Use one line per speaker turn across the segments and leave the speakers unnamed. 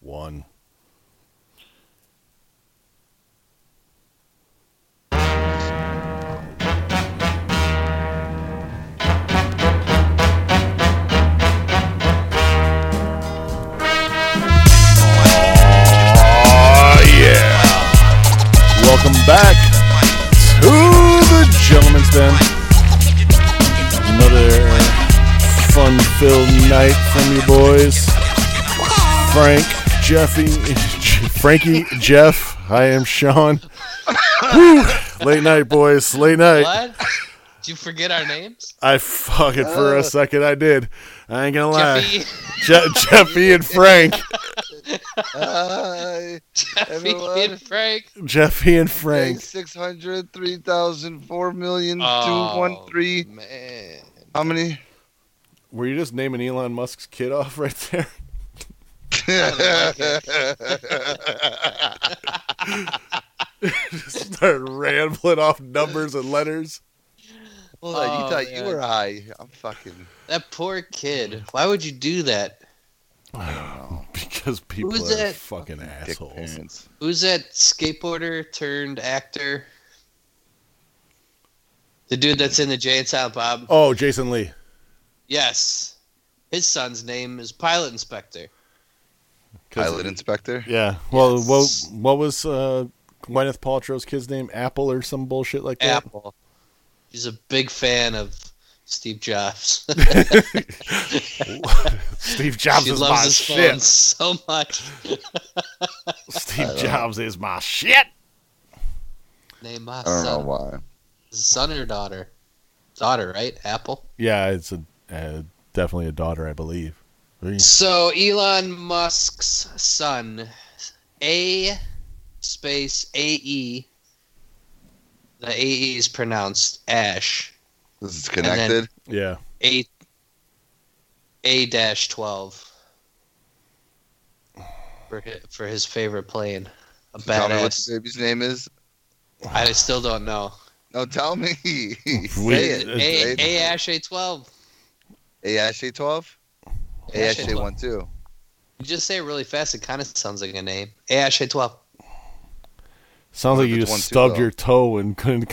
One. Oh, yeah. Welcome back to the Gentleman's Den. Another fun filled night from you boys. Frank, Jeffy, Frankie, Jeff. I am Sean. Whew. Late night, boys. Late night.
What? Did you forget our names?
I fucking for a second. I did. I ain't gonna lie.
Jeffy,
Je- Jeffy and Frank.
Hi,
Jeffy
everyone.
and Frank.
Jeffy and Frank.
600, 3,000, 4 million,
Oh,
213.
Man.
How many?
Were you just naming Elon Musk's kid off right there? just started rambling off numbers and letters.
Well,
Oh,
you thought
man.
you were high. I'm fucking.
That poor kid. Why would you do that?
Because people
Who's
are
that?
fucking
Dick
assholes.
parents.
Who's that skateboarder turned actor? The dude that's in the Jay and Silent Bob.
Oh, Jason Lee.
Yes. His son's name is Pilot Inspector.
'Cause-
Pilot inspector.
Yeah. Well,
Yes.
what what was uh, Gwyneth Paltrow's kid's name? Apple or some bullshit like that.
Apple. He's a big fan of Steve Jobs.
Steve Jobs
she
is my
loves his phone
shit.
so much.
Steve Jobs is my shit.
Name my
I don't know
son
why.
son or daughter? Daughter, right? Apple.
Yeah, it's a uh, definitely a daughter, I believe.
So Elon Musk's son, A space A E. The A E is pronounced Ash.
This is
then-
connected.
Yeah.
A A dash twelve. For his, for his favorite plane, a
So tell me what
badass.
the baby's name is.
I still don't know.
No, tell me.
We- uh,
Say
A,
it.
A,
Say
A
it.
Ash A twelve.
ASA 12?
Ash
ASA 1 2.
You just say it really fast. It kind of sounds like a name. A Ash A twelve.
Sounds like
if
you
it's
just
one, two,
stubbed
though?
your toe and couldn't.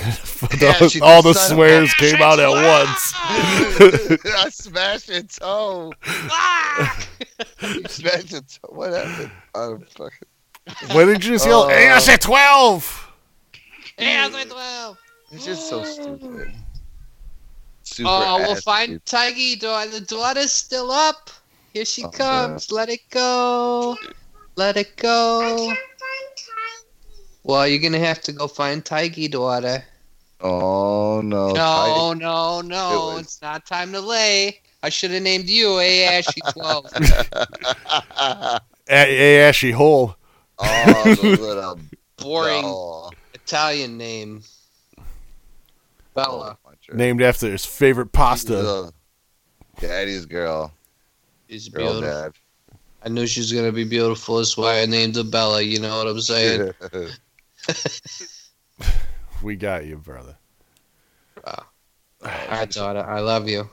Yeah, she
all the
just said it.
swears came out at once.
I smashed its toe. You smashed its toe. What happened? Oh, I don't fucking.
Why did you just yell?
Uh,
Hey, I said twelve.
A Ash A twelve.
It's just so stupid. Super
Oh, we'll
ass
find
dude.
Tiggy. Door. The daughter's still up. Here she
Oh,
comes. Let it go. Let it go. Well, you're gonna have to go find Tiggy, daughter.
Oh no.
No, no, no.
It was-
It's not time to lay. I should have named you A Ashy Twelve.
Tight.
Hey, Ashy Hole.
oh, the little
Boring
doll.
Italian name. Bella
Puncher.
named after his favorite
She's a
pasta.
little Daddy's girl.
is
Girl
beautiful. I knew she was gonna be beautiful. That's why I named her Bella. You know what I'm saying?
dad.
We got you, brother.
All right, daughter. I love you.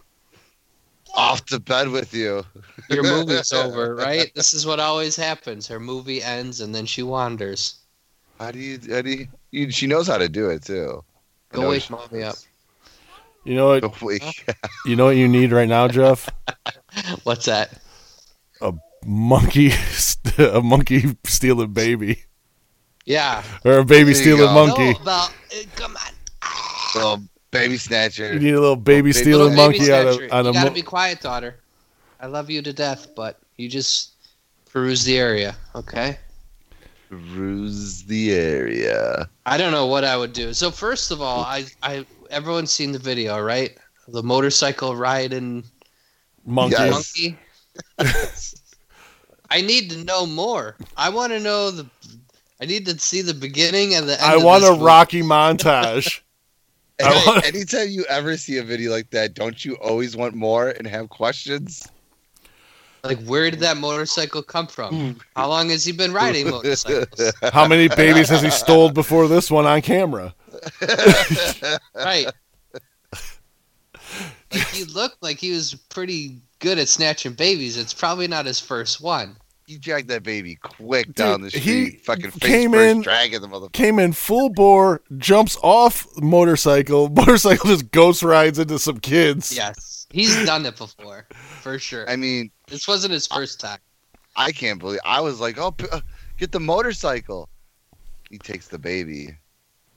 Off to bed with you.
Your movie's over, right? This is what always happens. Her movie ends and then she wanders.
How do you, how do you, you she knows how to do it too. I
Go
know
wake
she- Oh,
mommy up.
You know what?
Go wake
You know what you need right now, Jeff?
What's that?
Monkey, st- a monkey stealing baby,
Yeah.
or a baby
There you
stealing
go.
monkey.
No, about, uh, come on.
little baby
You
snatcher.
need a little baby
Little
stealing
Little baby
monkey on
snatcher.
a on
you
a.
gotta
mo-
be quiet, daughter. I love you to death, but you just peruse the area, okay?
Ruse the area.
I don't know what I would do. So first of all, I, I everyone's seen the video, right? The motorcycle ride and
monkey.
Yes.
monkey. I need to know more. I want to know the. I need to see the beginning and the end.
I
of
want
this
a
movie.
Rocky montage. I
Hey,
wanna-
Anytime you ever see a video like that, don't you always want more and have questions?
Like, where did that motorcycle come from?
Hmm.
How long has he been riding motorcycles?
How many babies has he stole before this one on camera?
right. Like, he looked like he was pretty good at snatching babies. It's probably not his first one.
he dragged that baby quick
Dude,
down the
he
street. fucking face
came
first,
in-
dragging the motherfucker.
Came in full bore, jumps off motorcycle. Motorcycle just ghost rides into some kids.
Yes, he's done it before, for sure.
I mean,
this wasn't his first time.
I can't believe. I was like, oh, p- uh, get the motorcycle. He takes the baby.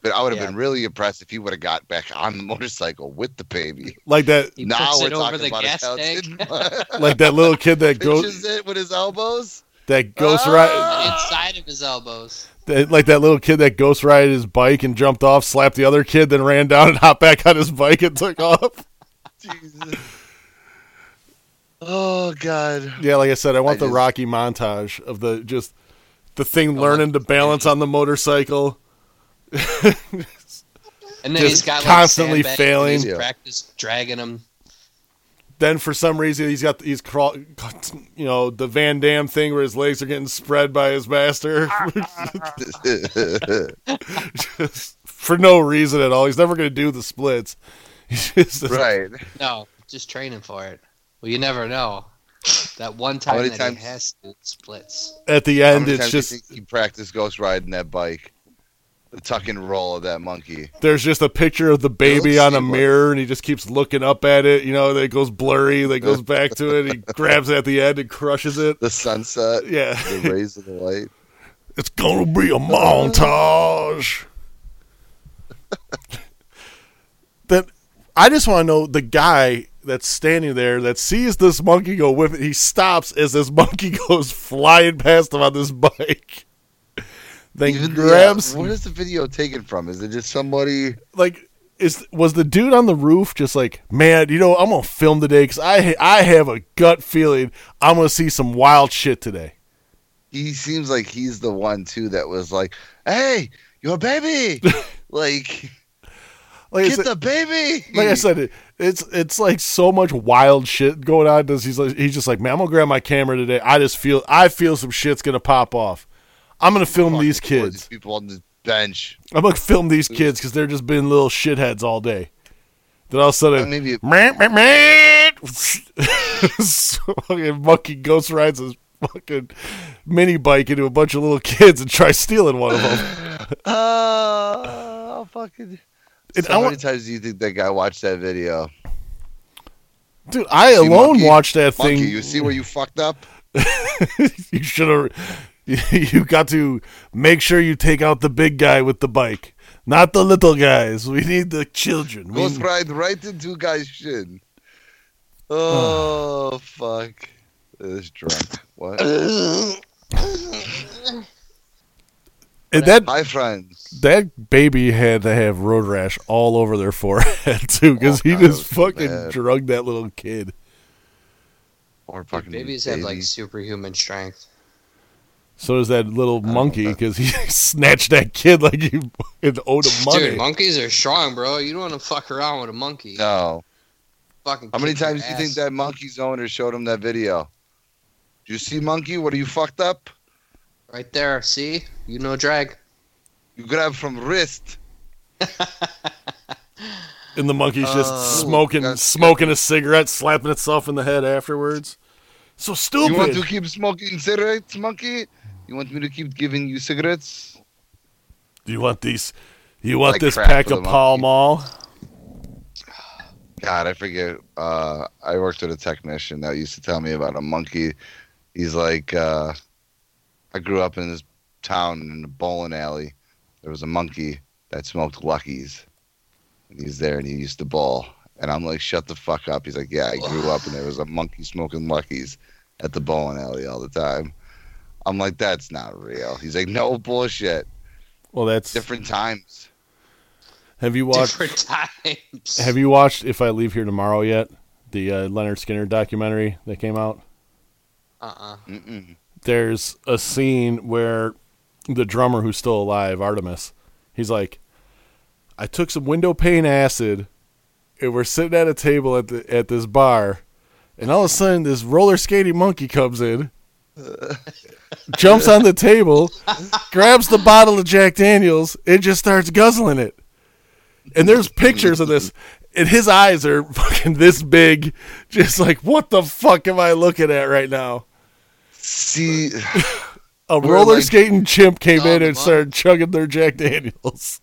But I would have
Yeah.
been really impressed if he would have got back on the motorcycle with the baby.
Like that,
He
now
puts
we're
it over
talking
the
about
gas
a
tank.
cow tin-
like that little kid that
Pinches
goes,
it with his elbows.
that ghost ride,
Ah!
inside of his elbows.
that, like that little kid that ghost rided his bike and jumped off, slapped the other kid, then ran down and hopped back on his bike and took off.
Jesus. Oh God.
Yeah, like I said, I want
I
the
just-
Rocky montage of the just the thing
want
learning to balance on the motorcycle.
And then
Just
he's got
constantly
like, sandbags and
failing.
He's
Yeah.
practice dragging him.
Then for some reason he's got he's crawl, you know, the Van Damme thing where his legs are getting spread by his master. Just for no reason at all. He's never going to do the splits. He's just
right.
No, just training for it. Well, you never know. That one
How
time
many
that
times-
he has to splits.
at the
How
end
many
it's
times do you
just
think he practiced ghost riding that bike? The tuck and roll of that monkey.
there's just a picture of the baby
Let's
on a
see what-
mirror and he just keeps looking up at it, you know, then it goes blurry, then it goes back to it, he grabs it at the end and crushes it.
The sunset.
Yeah.
The rays of the light.
It's gonna be a montage. then I just want to know the guy that's standing there that sees this monkey go with it. He stops as this monkey goes flying past him on this bike. Then
Even the, uh,
grabs
Where is the video taken from? Is it just somebody?
like is was the dude on the roof just like man you know I'm gonna film today because I ha- I have a gut feeling I'm gonna see some wild shit today.
He seems like he's the one too that was like, "Hey, your baby, like
Like I
get
said-
the baby."
like I said, it, it's it's like so much wild shit going on. Does he's like he's just like, man, I'm gonna grab my camera today. I just feel I feel some shit's gonna pop off. I'm gonna film
Fucking
these
poor
kids.
people on the bench.
I'm gonna film these kids because they're just being little shitheads all day. Then all of a
Uh,
sudden,
Maybe
meh, meh, meh. fucking monkey ghost rides his fucking mini bike into a bunch of little kids and tries stealing one of them.
Uh, I'll fucking.
And I
How many
want-
times do you think that guy watched that video?
Dude, I
See,
alone
monkey-
watched that
Monkey,
thing.
you see where you fucked up?
you should have. You got to make sure you take out the big guy with the bike, not the little guys. We need the children. We-
Ghost ride right into guy's shin. Oh fuck! This drunk. What?
and that
Hi, friends.
that baby had to have road rash all over their forehead too, because
Oh,
he
God, it
just
was so
fucking
bad.
drugged that little kid.
Or fucking
Babies have like
baby.
superhuman strength.
So does that little
know
monkey
about-
because he snatched that kid like he fucking owed him money.
Dude, monkeys are strong, bro. You don't want to fuck around with a monkey.
No.
Fucking
How many
kick your
times do you think
ass.
that monkey's owner showed him that video? Do you see, monkey? What are you fucked up?
Right there, see? You know drag.
You grab from wrist.
and the monkey's just
Oh,
smoking,
that's-
smoking a cigarette, slapping itself in the head afterwards. So stupid.
You want to keep smoking cigarettes, monkey? You want me to keep giving you cigarettes?
You want these? You want
Like
this
crap
pack
for the
of Pall Mall?
monkey. God, I forget. Uh, I worked with a technician that used to tell me about a monkey. He's like, uh, I grew up in this town in a bowling alley. There was a monkey that smoked Luckies, and he's there, and he used to bowl. And I'm like, shut the fuck up. He's like, yeah, I grew up, and there was a monkey smoking Luckies at the bowling alley all the time. I'm like, that's not real. He's like, no bullshit.
Well, that's.
Different times.
Have you watched?
Different times.
Have you watched If I Leave Here Tomorrow yet? The uh, Leonard Skinner documentary that came out.
Uh-uh.
Mm-mm.
There's a scene where the drummer who's still alive, Artemis, he's like, "I took some window pane acid, and we're sitting at a table at the at this bar, and all of a sudden this roller skating monkey comes in." jumps on the table, grabs the bottle of Jack Daniels, and just starts guzzling it. And there's pictures of this, and his eyes are fucking this big, just like, what the fuck am I looking at right now?
See,
A
We're
roller
like-
skating chimp came
Oh,
in and
wow.
started chugging their Jack Daniels.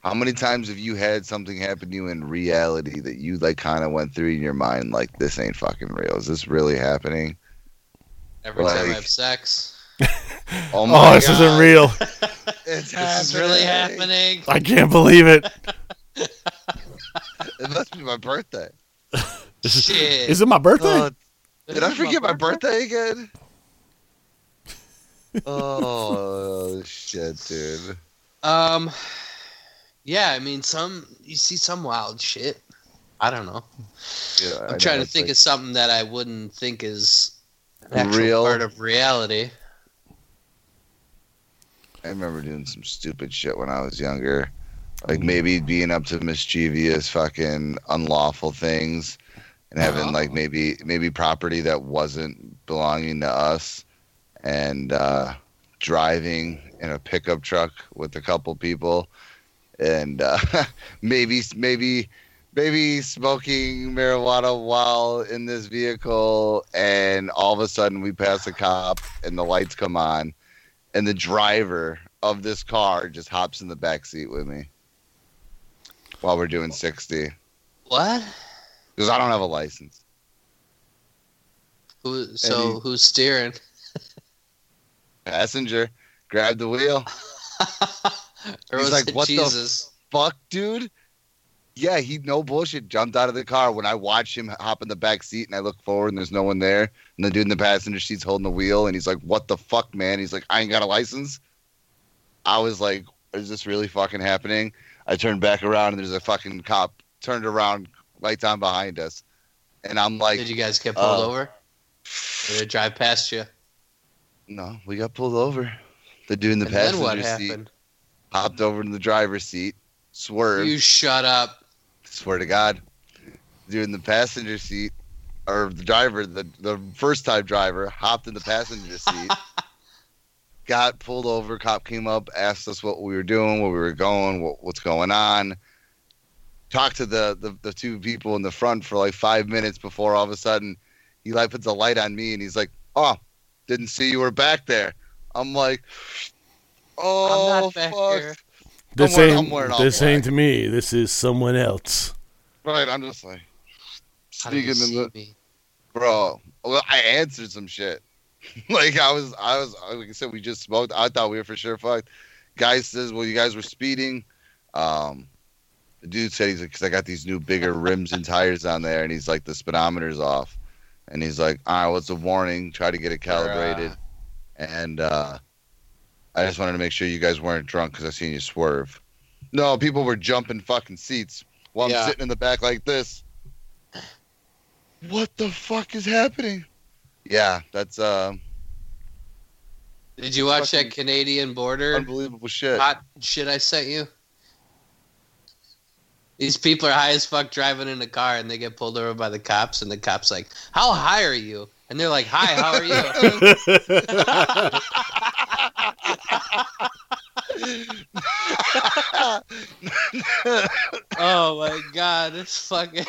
how many times have you had something happen to you in reality that you like kind of went through in your mind like this ain't fucking real? Is this really happening?
Every time I
Like-
have sex.
Oh
oh,
my
this
God.
isn't real.
It's
This is really happening.
I can't believe it.
It must be my birthday.
Shit.
Is it my birthday?
Oh,
This
did I
is
forget my birthday again? oh shit, dude.
Um, yeah, I mean, some you see some wild shit. I don't know.
Yeah, I
I'm
know,
trying to
it's
think
like-
of something that I wouldn't think is an actual
Real?
part of reality.
I remember doing some stupid shit when I was younger. Like maybe being up to mischievous fucking unlawful things and having
Oh.
like maybe maybe property that wasn't belonging to us and uh driving in a pickup truck with a couple people and uh maybe maybe maybe smoking marijuana while in this vehicle and all of a sudden we pass a cop and the lights come on and the driver of this car just hops in the back seat with me while we're doing 60
What?
because I don't have a license.
Who? So
Eddie.
who's steering?
Passenger, grab the wheel.
or
He's
was
like,
it
"What the
Jesus?
Fuck, dude. Yeah, he no bullshit jumped out of the car when I watch him hop in the back seat and I look forward and there's no one there. And the dude in the passenger seat's holding the wheel and he's like, What the fuck, man? He's like, I ain't got a license. I was like, Is this really fucking happening? I turned back around and there's a fucking cop turned around, lights on behind us. And I'm like,
Did you guys get pulled
uh,
over? Did it drive past you?
No, we got pulled over. The dude in the
and then what
passenger seat
happened?
hopped over to the driver's seat, swerved.
You shut up.
Swear to God, dude in the passenger seat or the driver, the the first time driver hopped in the passenger seat, got pulled over. Cop came up, asked us what we were doing, where we were going, what, what's going on. Talked to the, the the two people in the front for like five minutes before all of a sudden he like puts a light on me and he's like, "Oh, didn't see you were back there." I'm like, "Oh,
I'm not back
fuck."
here.
This
wearing-
ain't
I'm wearing all
this
black.
ain't me. This is someone else.
Right, I'm just like
How did
sneaking
you
in
see
the
me?
bro. Well, I answered some shit. like I was, I was, like I said, we just smoked. I thought we were for sure fucked. Guy says, "Well, you guys were speeding." Um, the dude said he's like, "Cause I got these new bigger rims and tires on there," and he's like, "The speedometer's off," and he's like, "All right, what's a warning? Try to get it calibrated." And uh, I just wanted to make sure you guys weren't drunk because I seen you swerve. No, people were jumping fucking seats while
Yeah.
I'm sitting in the back like this. What the fuck is happening? Yeah, that's uh,
Did you watch
Fucking-
that Canadian border
unbelievable shit.
hot shit I sent you? These people are high as fuck driving in a car and they get pulled over by the cops and the cops like, "How high are you?" And they're like, "Hi, how are you?" oh my god, it's fucking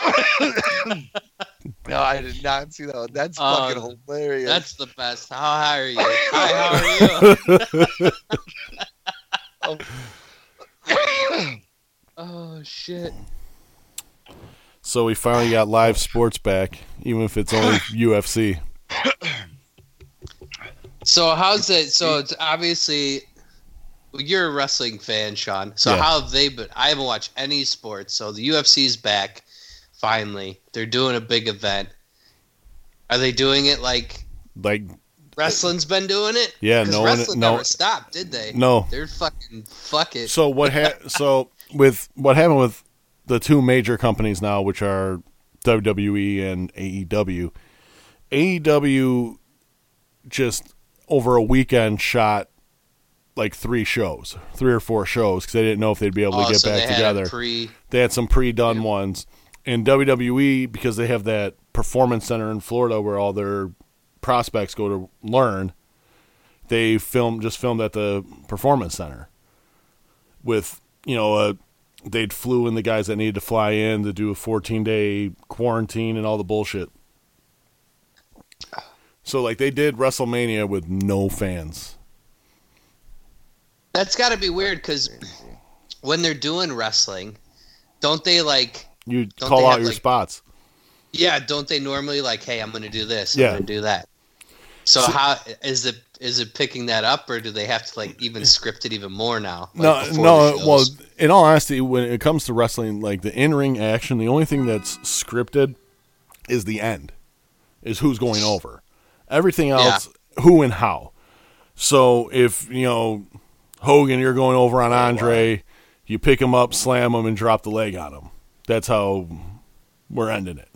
no, I did not see that. One. That's
Oh,
fucking hilarious.
That's the best. How high are you? Hi, how are you? Oh shit.
so we finally got live sports back, even if it's only UFC.
So how's it? So it's obviously well, you're a wrestling fan, Sean. So
Yeah.
how have they been? I haven't watched any sports. So the UFC's back. Finally, they're doing a big event. Are they doing it like
Like,
wrestling's been doing it?
Yeah,
'Cause
no one-
wrestling
no-
never stopped, did they?
no.
They're fucking fuck it.
So what? Ha- so with what happened with the two major companies now, which are WWE and E AEW, AEW E just over a weekend shot like three shows, three or four shows, because they didn't know if they'd be able to
Oh,
get
so
back
they had a
together.
Pre,
They had some pre-done ones, and WWE because they have that performance center in Florida where all their prospects go to learn. They film just filmed at the performance center with you know uh, they'd flew in the guys that needed to fly in to do a 14 day quarantine and all the bullshit. So like they did WrestleMania with no fans.
That's got to be weird because when they're doing wrestling, don't they like?
You
Don't
call
they
out
have,
your
like-
spots.
Yeah, don't they normally like? Hey, I'm going to do this.
Yeah.
I'm going to do that. So,
So-
how is it? Is it picking that up, or do they have to like even script it even more now?
No,
like, before
no.
the
Well,
shows?
in all honesty, when it comes to wrestling, like the in-ring action, the only thing that's scripted is the end, is who's going over. Everything else, who and how. So if you know Hogan, you're going over
Oh,
on Andre, you pick him up, slam him, and drop the leg on him. That's how we're ending it.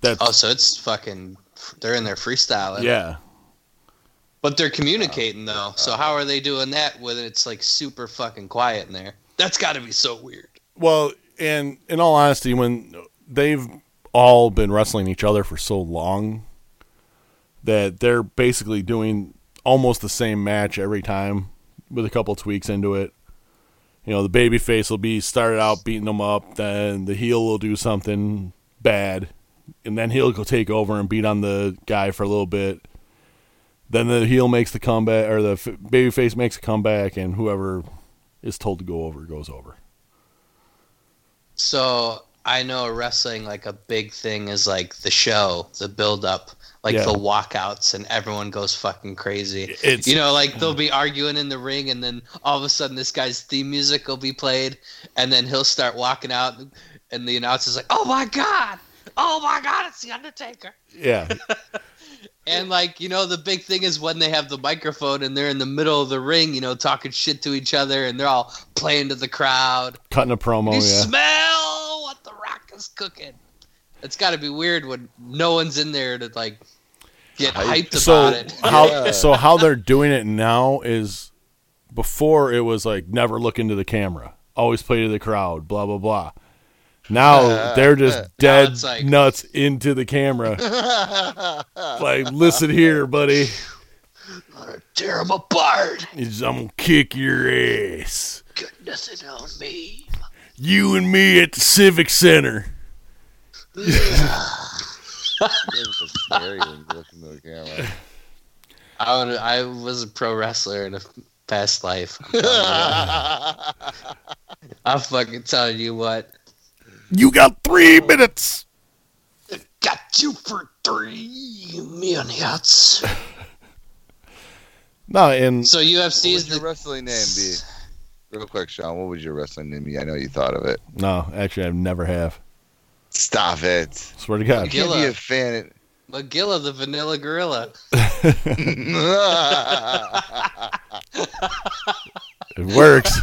That's
oh, so it's fucking. They're in there freestyling.
yeah.
But they're communicating though. So how are they doing that when it's like super fucking quiet in there? That's got to be so weird.
Well, and in all honesty, when they've all been wrestling each other for so long that they're basically doing almost the same match every time with a couple tweaks into it. You know, the baby face will be started out beating them up, then the heel will do something bad, and then he'll go take over and beat on the guy for a little bit. Then the heel makes the comeback, or the f- baby face makes a comeback, and whoever is told to go over goes over.
So I know wrestling like a big thing is like the show, the build up, like
Yeah.
the walkouts, and everyone goes fucking crazy.
It's-
you know, like they'll be arguing in the ring, and then all of a sudden this guy's theme music will be played, and then he'll start walking out, and the announcer's like, "Oh my god, oh my god, it's the Undertaker."
Yeah,
And like you know, the big thing is when they have the microphone and they're in the middle of the ring, you know, talking shit to each other, and they're all playing to the crowd.
cutting a promo.
you
Oh, yeah,
smell what the Rock is cooking. It's got to be weird when no one's in there to like get
Hype.
hyped about
so
it.
how so how they're doing it now is before it was like never look into the camera, always play to the crowd, blah blah blah. Now they're just dead
Uh, it's like-
nuts into the camera. like, listen here, buddy,
Tear him apart.
It's- I'm gonna kick your ass.
Got nothing on me.
You and me at the Civic Center.
It's so scary when you look into the camera.
I would, I was a pro wrestler in a past life. I'm fucking telling you what.
You got three minutes.
Got you for three minutes.
No, and
So
What
UFC is
would your
the
wrestling name be? Real quick, Sean, what would your wrestling name be? I know you thought of it.
no, actually, I've never have.
Stop it.
Swear to God.
You can't be
Gilla.
a fan.
Magilla the Vanilla Gorilla.
It works.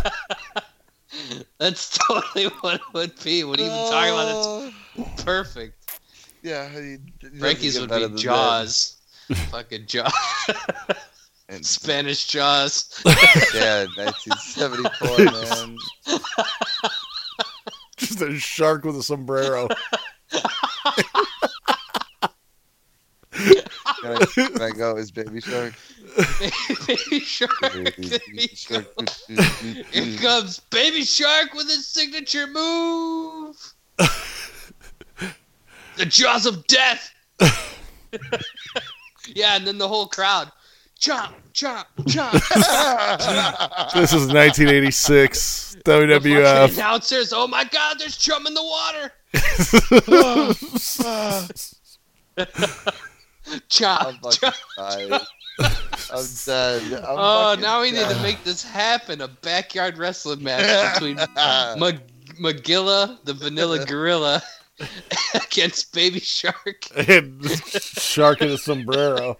That's totally what it would be. What are you even talking about? That's perfect.
Yeah, he- he doesn't
Frankie's
get
would
better
be
than
Jaws. Fucking Jaws.
that. And-
Spanish Jaws.
yeah, 1974, man.
Just a shark with a sombrero.
Can I, can I go as Baby Shark?
Baby Shark. There you go.
Mm.
Here comes Baby Shark with his signature move. the Jaws of Death. yeah, and then the whole crowd. Chomp, chomp, chomp.
This is 1986
The
WWF.
announcers, oh my god, there's chum in the water.
I'm
Chomp,
fucking
chomp.
tired. I'm dead. I'm
Oh,
fucking
now we need
dead.
to make this happen. A backyard wrestling match between Mag- Magilla, the vanilla gorilla, against Baby Shark.
and shark in a sombrero.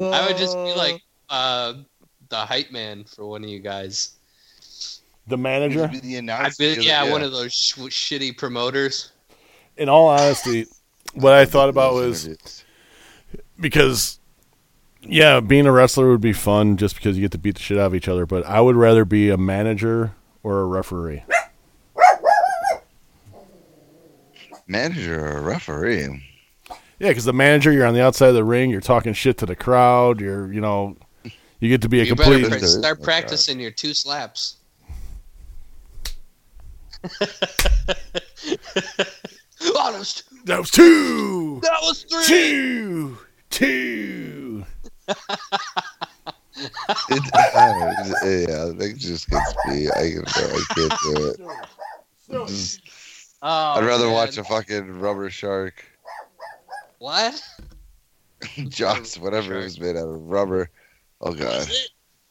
I would just be like uh, the hype man for one of you guys.
The
You'd
manager.
be the
I'd
announcer.
be, yeah, one of those sh- shitty promoters.
In all honesty, what I thought about was because, yeah, being a wrestler would be fun just because you get to beat the shit out of each other. But I would rather be a manager or a referee.
manager or referee.
Yeah, because the manager, you're on the outside of the ring, you're talking shit to the crowd. You're, you know, you get to be a
You
complete.
better pra- start
Oh, God.
practicing your two slaps. Oh, that was two.
That was two,
That was three.
two, two.
It, uh, yeah, that just gets me. I, can, I can't do it. Just-
Oh,
I'd rather
man.
watch a fucking rubber shark,
What?
jocks, whatever it was made out of rubber. Oh god.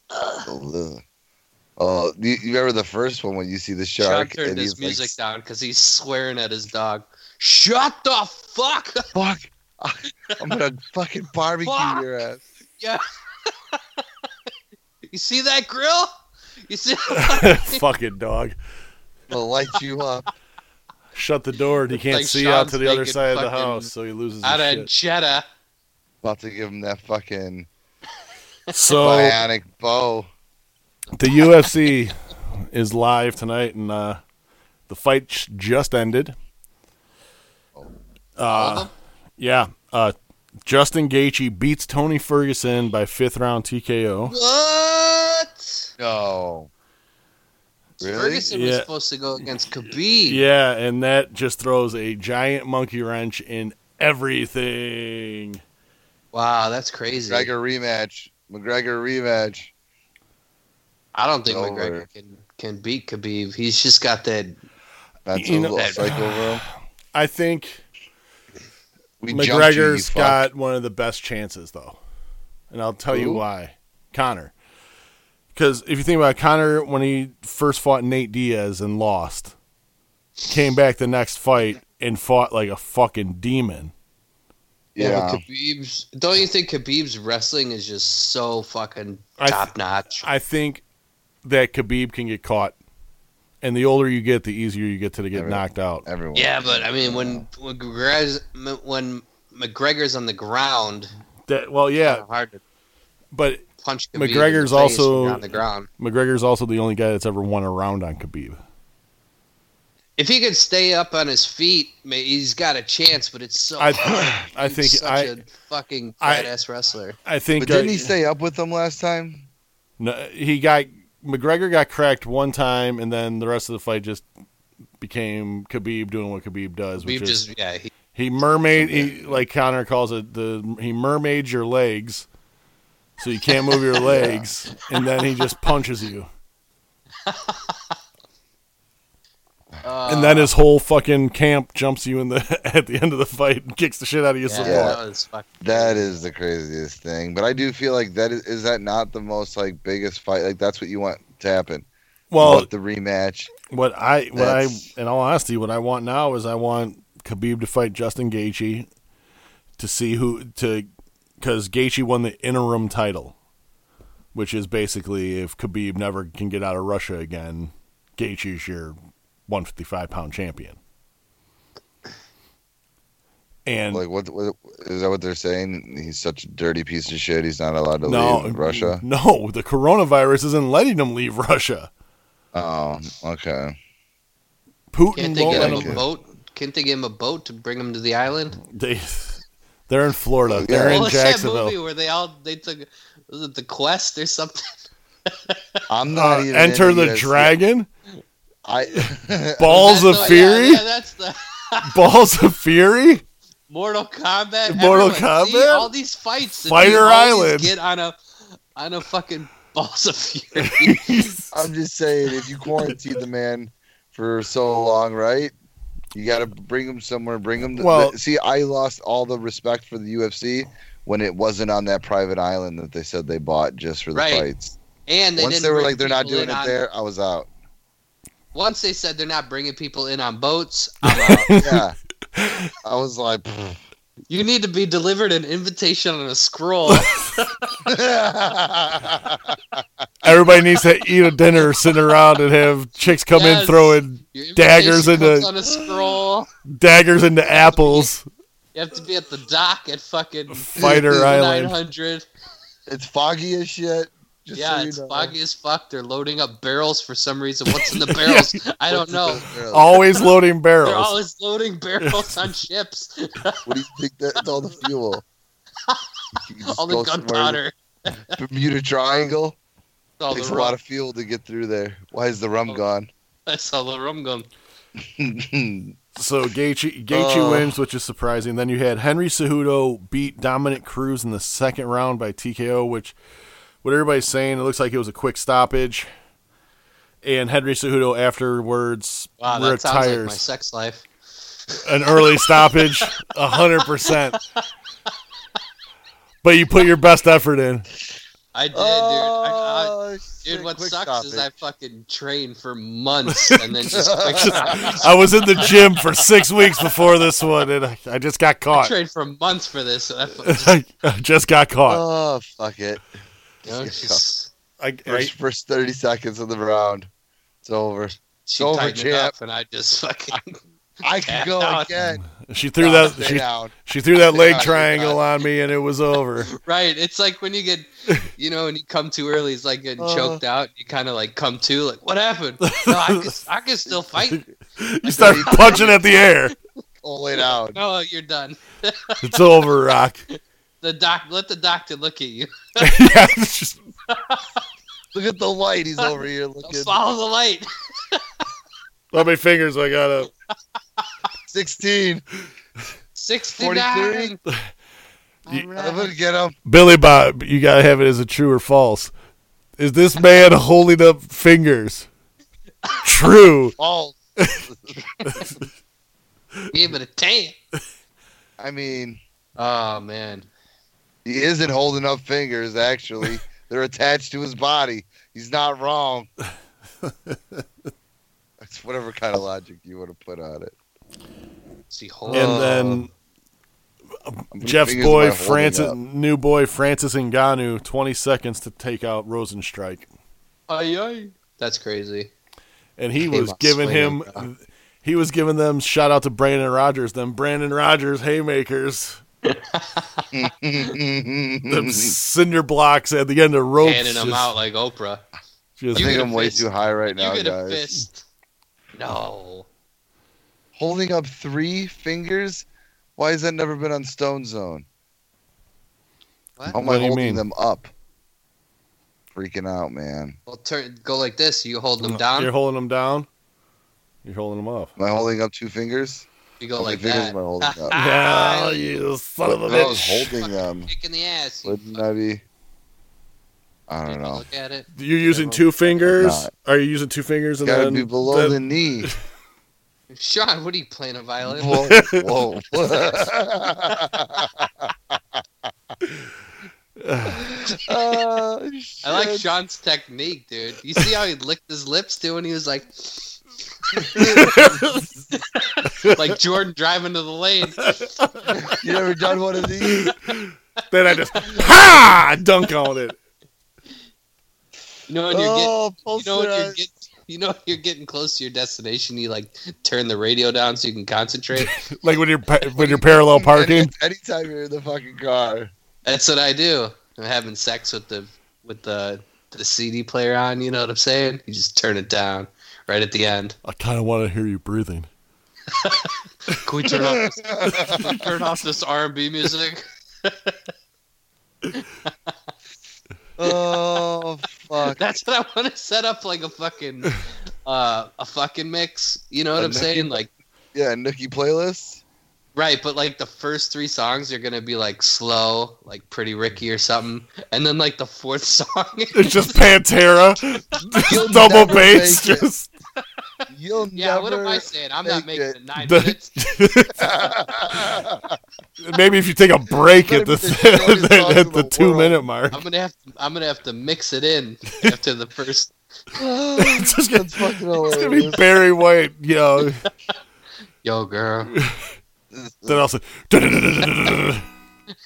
Ugh.
Ugh. Oh, you, you remember the first one when you see the
Sean
shark
turned
and
his
he's
music down because he's swearing at his dog. Shut the fuck up!
like, "Fuck, I'm gonna fucking barbecue
Fuck.
your ass."
You see that grill? You see?
Fucking dog.
I'll light you up.
Shut the door and he can't
Like
see out
Sean's
to the other
making
side of the
fucking-
house, so he loses
out
his
of
shit.
Jeddah.
About to give him that fucking
So
bionic bow.
the UFC is live tonight, and uh, the fight sh- just ended.
Uh-huh.
Uh, yeah, uh, Justin Gaethje beats Tony Ferguson by fifth round TKO.
What?
No. Really?
Ferguson was
Yeah.
supposed to go against Khabib.
Yeah, and that just throws a giant monkey wrench in everything.
Wow, that's crazy.
McGregor rematch. McGregor rematch.
I don't think
Over.
McGregor can can beat Khabib. He's just got that.
That's
You
a
know-
little cycle room.
I think
We jumped you, you
McGregor's
fuck.
got one of the best chances, though, and I'll tell you
Who?
why. Connor, because if you think about it, Connor, when he first fought Nate Diaz and lost, came back the next fight and fought like a fucking demon.
Yeah.
Well, Khabib's. Don't you think Khabib's wrestling is just so fucking
I th-
top notch?
I think that Khabib can get caught, and the older you get, the easier you get to get
Everyone.
knocked out.
Everyone.
Yeah, but I mean, when when, McGregor's, when McGregor's on the ground,
That well, yeah,
kinda hard to
but
punch. Khabib in the
McGregor's
face when
also-
you're on the ground.
McGregor's also the only guy that's ever won a round on Khabib.
If he could stay up on his feet, ma- he's got a chance. But it's so.
I, I
He's
think
such
I,
a fucking
I-
badass wrestler.
I think
But didn't
uh,
he stay up with them last time?
No, he got McGregor got cracked one time, and then the rest of the fight just became Khabib doing what Khabib does,
Khabib
which is
just yeah, he,
he mermaid. He, like Connor calls it, the he mermaids your legs, so you can't move your legs, and then he just punches you,
uh,
and then his whole fucking camp jumps you in the at the end of the fight and kicks the shit out of you.
yeah,
so
Yeah.
that was fucking
That is the craziest thing. But I do feel like that is, is that not the most like biggest fight? Like that's what you want to happen. you
Well,
want the rematch.
what I what I
That's-
in all honesty, what I want now is I want Khabib to fight Justin Gaethje to see who to because Gaethje won the interim title, which is basically if Khabib never can get out of Russia again, Gaethje's your 155 pound champion. And
Like what, what is that? What they're saying? He's such a dirty piece of shit. He's not allowed to
no,
leave Russia.
No, the coronavirus isn't letting him leave Russia.
Oh, okay.
Putin
Can't they
won't
get
let
him
him.
a boat? Can't they give him a boat to bring him to the island?
They, they're in Florida. They're
Yeah.
in
What was that
Jacksonville.
movie where they all they took was it the quest or something?
I'm
Uh,
not even
enter
into
the
this.
dragon,
I
balls of
That's the- Oh, yeah,
fury,
Yeah, that's the
balls of fury.
Mortal Kombat.
Mortal
Everyone, see,
Kombat?
all these fights. that
Fighter
people always
Island.
Get on a on a fucking balls of fury.
I'm just saying, if you quarantine the man for so long, right? You got to bring him somewhere. Bring him. To,
Well-
see, I lost all the respect for the UFC when it wasn't on that private island that they said they bought just for the
Right.
fights.
and they
Once
didn't
they were
bring
like, they're not
people in
doing it
on-
there, I was out.
Once they said they're not bringing people in on boats, I'm out.
Yeah, I was like, pfft.
you need to be delivered an invitation on a scroll.
Everybody needs to eat a dinner, sit around, and have chicks come in
Yes.
throwing
Your invitation
Daggers in
comes
the-
on a scroll.
daggers into apples.
You have to be at the dock at fucking
Fighter Island.
900.
it's foggy as shit. Just
yeah,
so you
it's
know.
foggy as fuck. They're loading up barrels for some reason. What's in the barrels? I don't
What's in
know.
those barrels?
Always loading
They're
barrels.
always loading barrels on ships.
What do you think? That's all the fuel. You can just
all the
go somewhere-
gunpowder.
Bermuda Triangle.
All
Takes
the
a
rum.
lot of fuel to get through there. Why is the rum
Oh.
gone?
That's all the rum gum.
That's
So Gaethje, Gaethje
Uh.
Oh.
wins, which is surprising. Then you had Henry Cejudo beat Dominic Cruz in the second round by TKO, which what everybody's saying, it looks like it was a quick stoppage. And Henry Cejudo afterwards
Wow, that sounds like my
retires
sex life.
an early stoppage, hundred percent. But you put your best effort in.
I did,
Oh,
dude. I, I, dude, what sucks is I fucking trained for months and then just quick stop.
I was in the gym for six weeks before this one, and I, I just got
I
caught.
trained for months for this. So that fucking just,
I just got caught.
Oh fuck it!
you know,
Just
just
I, I-
First, first thirty seconds of the round, it's over.
she
Over,
tightened it
champ.
up and I just fucking.
I can go
Yeah.
again.
she threw that.
Stay
She,
down.
She threw that leg
Yeah,
triangle on me and it was over.
Right, it's like when you get, you know, when you come too early, it's like getting
Uh-huh.
Uh.
choked out. You kind of like come to, like, what happened? No, I can, I can still fight.
You start punching at the air.
All laid out.
No, you're done.
It's over, Rock.
The doc, let the doctor look at you.
yeah, it's just-
Look at the light. He's over here
Don't
looking.
Follow the light.
how many fingers I got up?
Sixteen.
Sixty-nine.
You-
I'm gonna get him.
Billy Bob, you gotta have it as a true or false. Is this man holding up fingers? True.
All.
Give it a ten.
I mean,
Oh man,
he isn't holding up fingers. Actually, they're attached to his body. He's not wrong. That's whatever kind of logic you want to put on it.
see,
And
hold
then
How many
Jeff's
Oh, fingers am I
boy
holding
Francis,
up?
new boy Francis Ngannou, twenty seconds to take out Rosenstrike.
Ay, ay. That's crazy.
and he
Hey,
was
Boss
giving
Sweeney.
him he was giving them shout out to Brandon Rogers, them Brandon Rogers haymakers, them cinder blocks at the end of ropes.
Handing them
Oh, just-
out like Oprah.
just-
I
You
think
get
I'm
a
way
fist.
too high right now,
you get
guys.
a fist. No.
Holding up three fingers? Why has that never been on Stone Zone?
What?
How am
What
I
do you
holding
mean?
them up? Freaking out, man.
Well, turn go like this. You hold them down.
You're holding them down. You're holding them up.
Am I holding up two fingers?
You go
How many
like
fingers
that.
am I holding up?
Ah.
Yeah, you son of a
If I was
bitch.
holding them.
Kick in the ass. You
um, Wouldn't I be? I don't
fucking
know.
Look at it.
You're using two fingers.
Nah.
Are you using two fingers and
Gotta
then
be below
then-
the knee.
Sean, what are you playing a violin?
Whoa. whoa. Oh,
I like
shit.
Sean's technique, dude. You see how he licked his lips too, and he was like, like Jordan driving to the lane.
You never done one of these?
then I just ha dunk on it.
You know, when you're getting,
oh,
you know, when you're
pulsarize.
getting, you know, when you're getting close to your destination. You like turn the radio down so you can concentrate.
Like when you're pa- when you're parallel parking.
Any, anytime you're in the fucking car.
That's what I do. I'm having sex with the with the the CD player on. You know what I'm saying? You just turn it down right at the end.
I kind of want to hear you breathing.
Can we turn off? Can we turn off this R&B music?
oh fuck!
That's what I want to set up like a fucking uh, a fucking mix. You know what
A
I'm
mix.
saying? Like
Yeah, Nookie playlist.
right, but like the first three songs are gonna be like slow, like Pretty Ricky or something, and then like the fourth song.
It's just Pantera,
You'll
double
never
bass,
make it.
just
You'll
yeah,
never.
what am I saying? I'm not
make
making
it.
it nine
The-
minutes.
Maybe if you take a break at the
Better be the shortest song
at
in
the
the
two
world.
minute mark,
I'm gonna have to, I'm gonna have to mix it in after the first.
it's just gonna,
That's fucking
it's gonna be
hilarious.
Barry White, you know.
Yo, girl.
Then I'll say, "Da-da-da-da-da-da-da."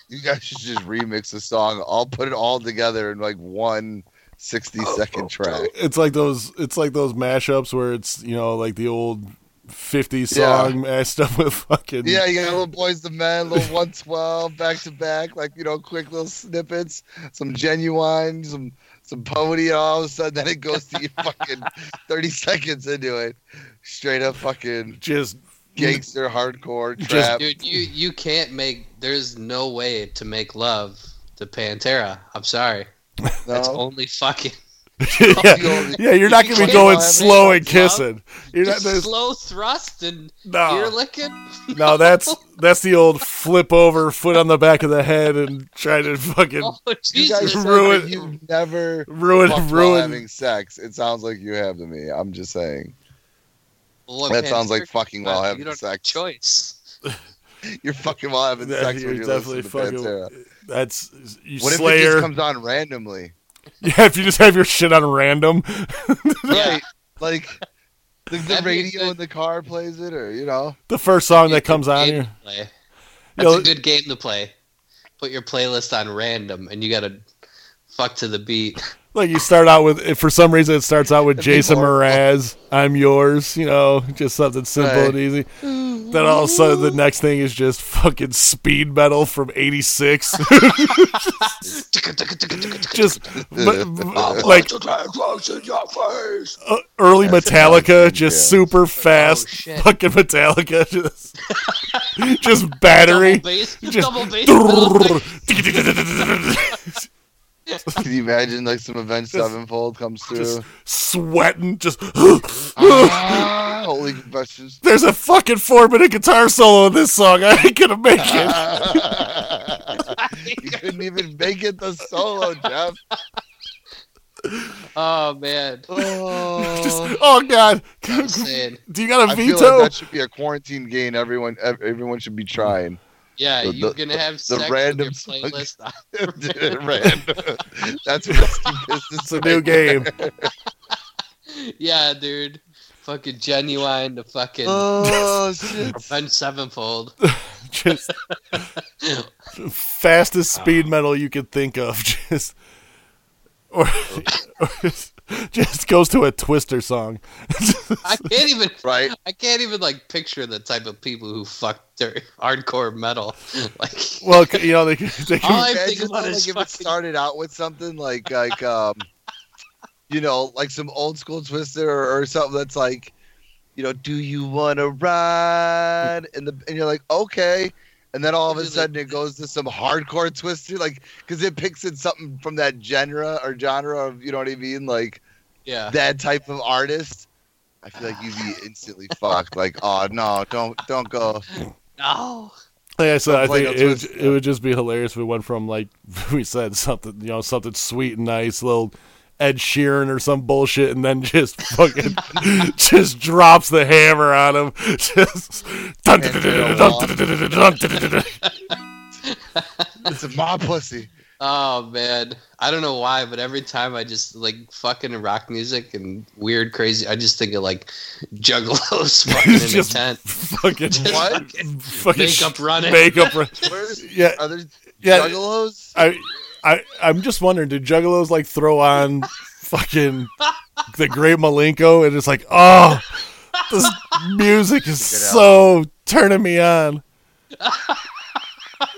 You guys should just remix the song. I'll put it all together in like one 60
Oh,
second track.
it's like those, it's like those mashups where it's you know like the old '50s
Yeah.
song mashed up with fucking
Yeah, you got little boys the men, little 112 back to back, like you know, quick little snippets, some genuine, some some pony, and all of a sudden then it goes to you fucking 30 seconds into it, straight up fucking
just
gangster hardcore
Just-
trap.
Dude, you you can't make. There's no way to make love to Pantera. I'm sorry. That's
no?
only fucking.
yeah. yeah, you're not gonna be
You
going
can't
slow and
have it.
kissing. You're not,
Just
there's,
slow thrust and
No.
ear licking.
no, that's that's the old flip over, foot on the back of the head, and try to fucking
Oh,
You guys
Jesus.
said
said
Ruin- that you
you never
ruin ruin.
having sex. It sounds like you have to me. I'm just saying.
Well,
that sounds
Pantera-
like fucking while
you
having
don't have a
sex.
choice.
You're fucking while having
Yeah,
sex
you're
when you're
definitely
listening to
fucking-
Pantera.
That's you
What if it
Slayer.
just comes on randomly?
yeah, if you just have your shit on random.
yeah,
Right. Like the, the
That'd be a
radio
good-
in the car plays it, or you know.
The first song that
It's a
comes on
game
here.
to play. That's
Yo,
a good game to play. Put your playlist on random, and you gotta fuck to the beat.
like you start out with if for some reason it starts out with
It'd be
Jason
horrible.
Mraz, I'm yours, you know, just something simple
Right.
and easy. Then all of a sudden the next thing is just fucking speed metal from eighty six. just but,
I
but,
want
like
to get close in your face.
uh, early
That's
Metallica,
awesome,
just
yeah.
super fast,
Oh, shit.
fucking Metallica, just just battery,
Double bass,
just
double bass.
Can you imagine like some event sevenfold comes through?
just sweating, just
Ah, holy confessions.
there's a fucking four minute guitar solo in this song. I ain't gonna make it.
you couldn't even make it the solo, Jeff.
oh man,
Oh.
Just, oh god,
I'm saying,
do you got a
I feel
veto?
like that should be a quarantine gain. Everyone, ev- everyone should be trying.
yeah,
The-
you're
the-
gonna have sex with
random
your
song.
playlist. on
Random. That's risky business.
It's a new game.
yeah, dude, fucking genuine to fucking
Oh shit!
Avenged Sevenfold.
Just fastest speed metal you could think of. Just or, or just, just goes to a Twister song.
I can't even
Right?
I can't even like picture the type of people who fuck their hardcore metal. Like
Well, c- you know they, could- they could-
All I
Imagine
think about
like,
is
if it
fucking-
started out with something like like um, you know, like some old school twister or, or something that's like, you know, do you want to ride? And the and you're like, okay. And then all of a sudden it goes to some hardcore twister, like because it picks in something from that genre or genre of you know what I mean, like
yeah.
that type of artist, I feel like you'd be instantly fucked. Like, oh no, don't don't go.
No.
like I said, I think
Play-Doh
it, would-
Twister.
it would just be hilarious if it went from like we said something, you know, something sweet and nice, little Ed Sheeran or some bullshit, and then just fucking just drops the hammer on him. Just dun- dun- dun- dun- dun- dun- dun- dun- dun- dun- dun- dun-
It's my pussy.
Oh man. I don't know why, but every time I just like fucking rock music and weird crazy I just think of like juggalos fucking in
Just-
a tent.
fucking
Just
What?
fucking
fucking
Makeup
sh-
running.
makeup run.
Where's
Yeah,
are there
yeah.
juggalos?
I, I, I'm just wondering, did Juggalos like throw on fucking the Great Malenko and it's like, oh, this music is
Get out.
so turning me on.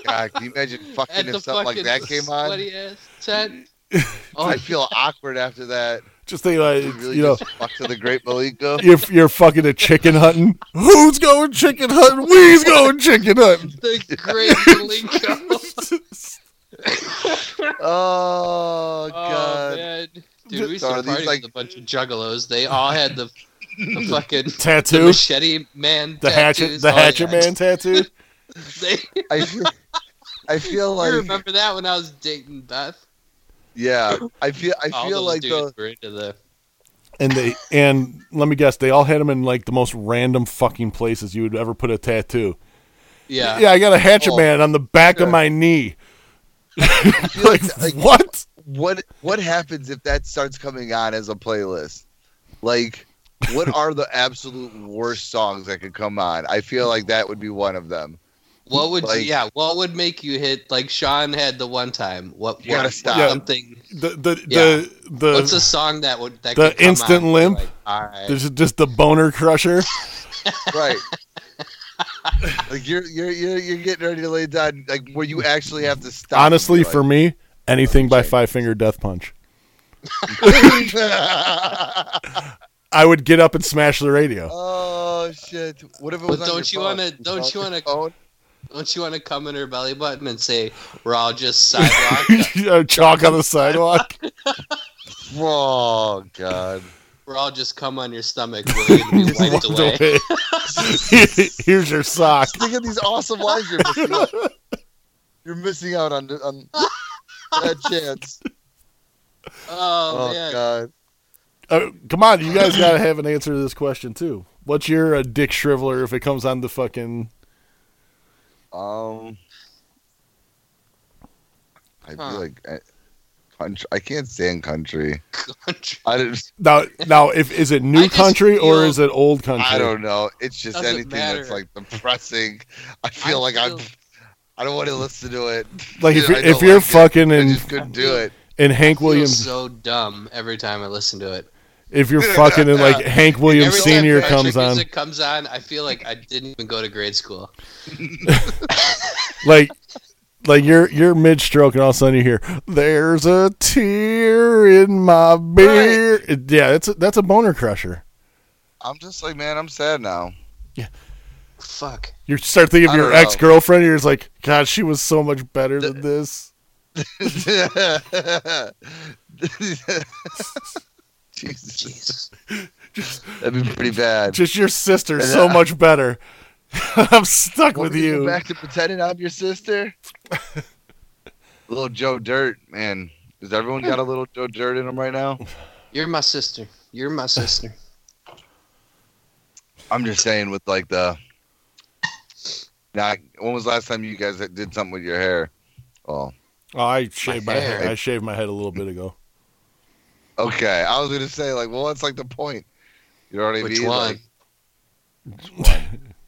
God, can you imagine
at
fucking
the
if something like
fucking
that came on?
sweaty ass tent.
I
Oh
feel awkward after that.
Just think like,
You really
you know,
just fucked to the great Malenko.
you're you're fucking a chicken hunting. Who's going chicken hunting? We's going chicken hunting.
the great Malenko.
Oh
Oh
god.
man. Dude, we used
Are
to
these,
party
like-
with a bunch of juggalos. They all had the, the fucking the
Tattoo.
machete man,
The hatchet,
tattoos.
the
Oh,
hatchet
yeah.
man tattoo.
They-
I feel, I feel
I
like
remember that when I was dating Beth.
yeah. I feel I
All
feel
those
like uh,
dudes
the
were into the
And they and let me guess, they all had them in like the most random fucking places you would ever put a tattoo.
yeah.
Yeah, I got a hatchet
Oh,
man on the back
sure.
of my knee.
feel
like,
like- like-
what?
what what happens if that starts coming on as a playlist? Like, what are the absolute worst songs that could come on? I feel like that would be one of them.
What would
Like-
yeah? What would make you hit like Sean had the one time? What
You gotta
what-
stop.
Yeah.
something?
The the
Yeah.
the the
what's a song that would that
the
could come on
instant
and be
limp?
Like, all right,
this is just the boner crusher.
Right. like you're you're you're you're getting ready to lay down like where you actually have to stop.
Honestly,
and be
for me, anything by
Okay.
Five Finger Death Punch.
like,
I would get up and smash the radio.
Oh shit. What if it was
But don't you wanna- don't you wanna-
to
don't you want to come in her belly button and say we're all just sidewalk?
You know, Chalk on the sidewalk.
Oh God.
We're all just come on your stomach, waiting to be wiped
Walked
away.
away. Here's your sock.
Think of these awesome lines you're missing out. You're missing out on on that chance.
Oh,
Oh,
man.
God.
Uh, come on, you guys gotta have an answer to this question too. What's your uh, dick shriveler if it comes on the fucking?
Um. I
Huh.
feel like I, country. I can't stand country.
Country.
I didn't,
Now, now, if is it
I
new
just
country or
feel-
is it old country?
I don't know. It's just
Doesn't
anything that's
matter.
like depressing. I feel
I
like I'm.
feel-
I don't want to listen to it.
Like if
Yeah, I
you're, if
don't
you're
like it.
fucking
I
in
just couldn't do it.
in Hank
feel
Williams,
so dumb every time I listen to it.
if you're fucking in like Hank Williams
every time
Senior
country
comes on,
music comes on, I feel like I didn't even go to grade school.
like like you're you're mid stroke and all of a sudden you hear there's a tear in my beer yeah that's a, that's a boner crusher
I'm just like, man, I'm sad now.
Fuck.
you start thinking of
I
your
don't know.
ex-girlfriend you're just like god she was so much better than this
Jesus,
Jesus.
that'd be pretty bad.
just your sister so
Yeah.
much better i'm stuck
Want
with
me to go
you
back to pretending I'm your sister. little Joe Dirt, man. Does everyone got a little Joe Dirt in them right now?
You're my sister. You're my sister.
I'm just saying, with like the. Now, when was the last time you guys did something with your hair? Oh,
oh, i shaved my,
My
head
hair.
i shaved my head a little bit ago
okay. I was gonna say, like, well, what's like the point? You know what I
Which
mean?
one?
Like,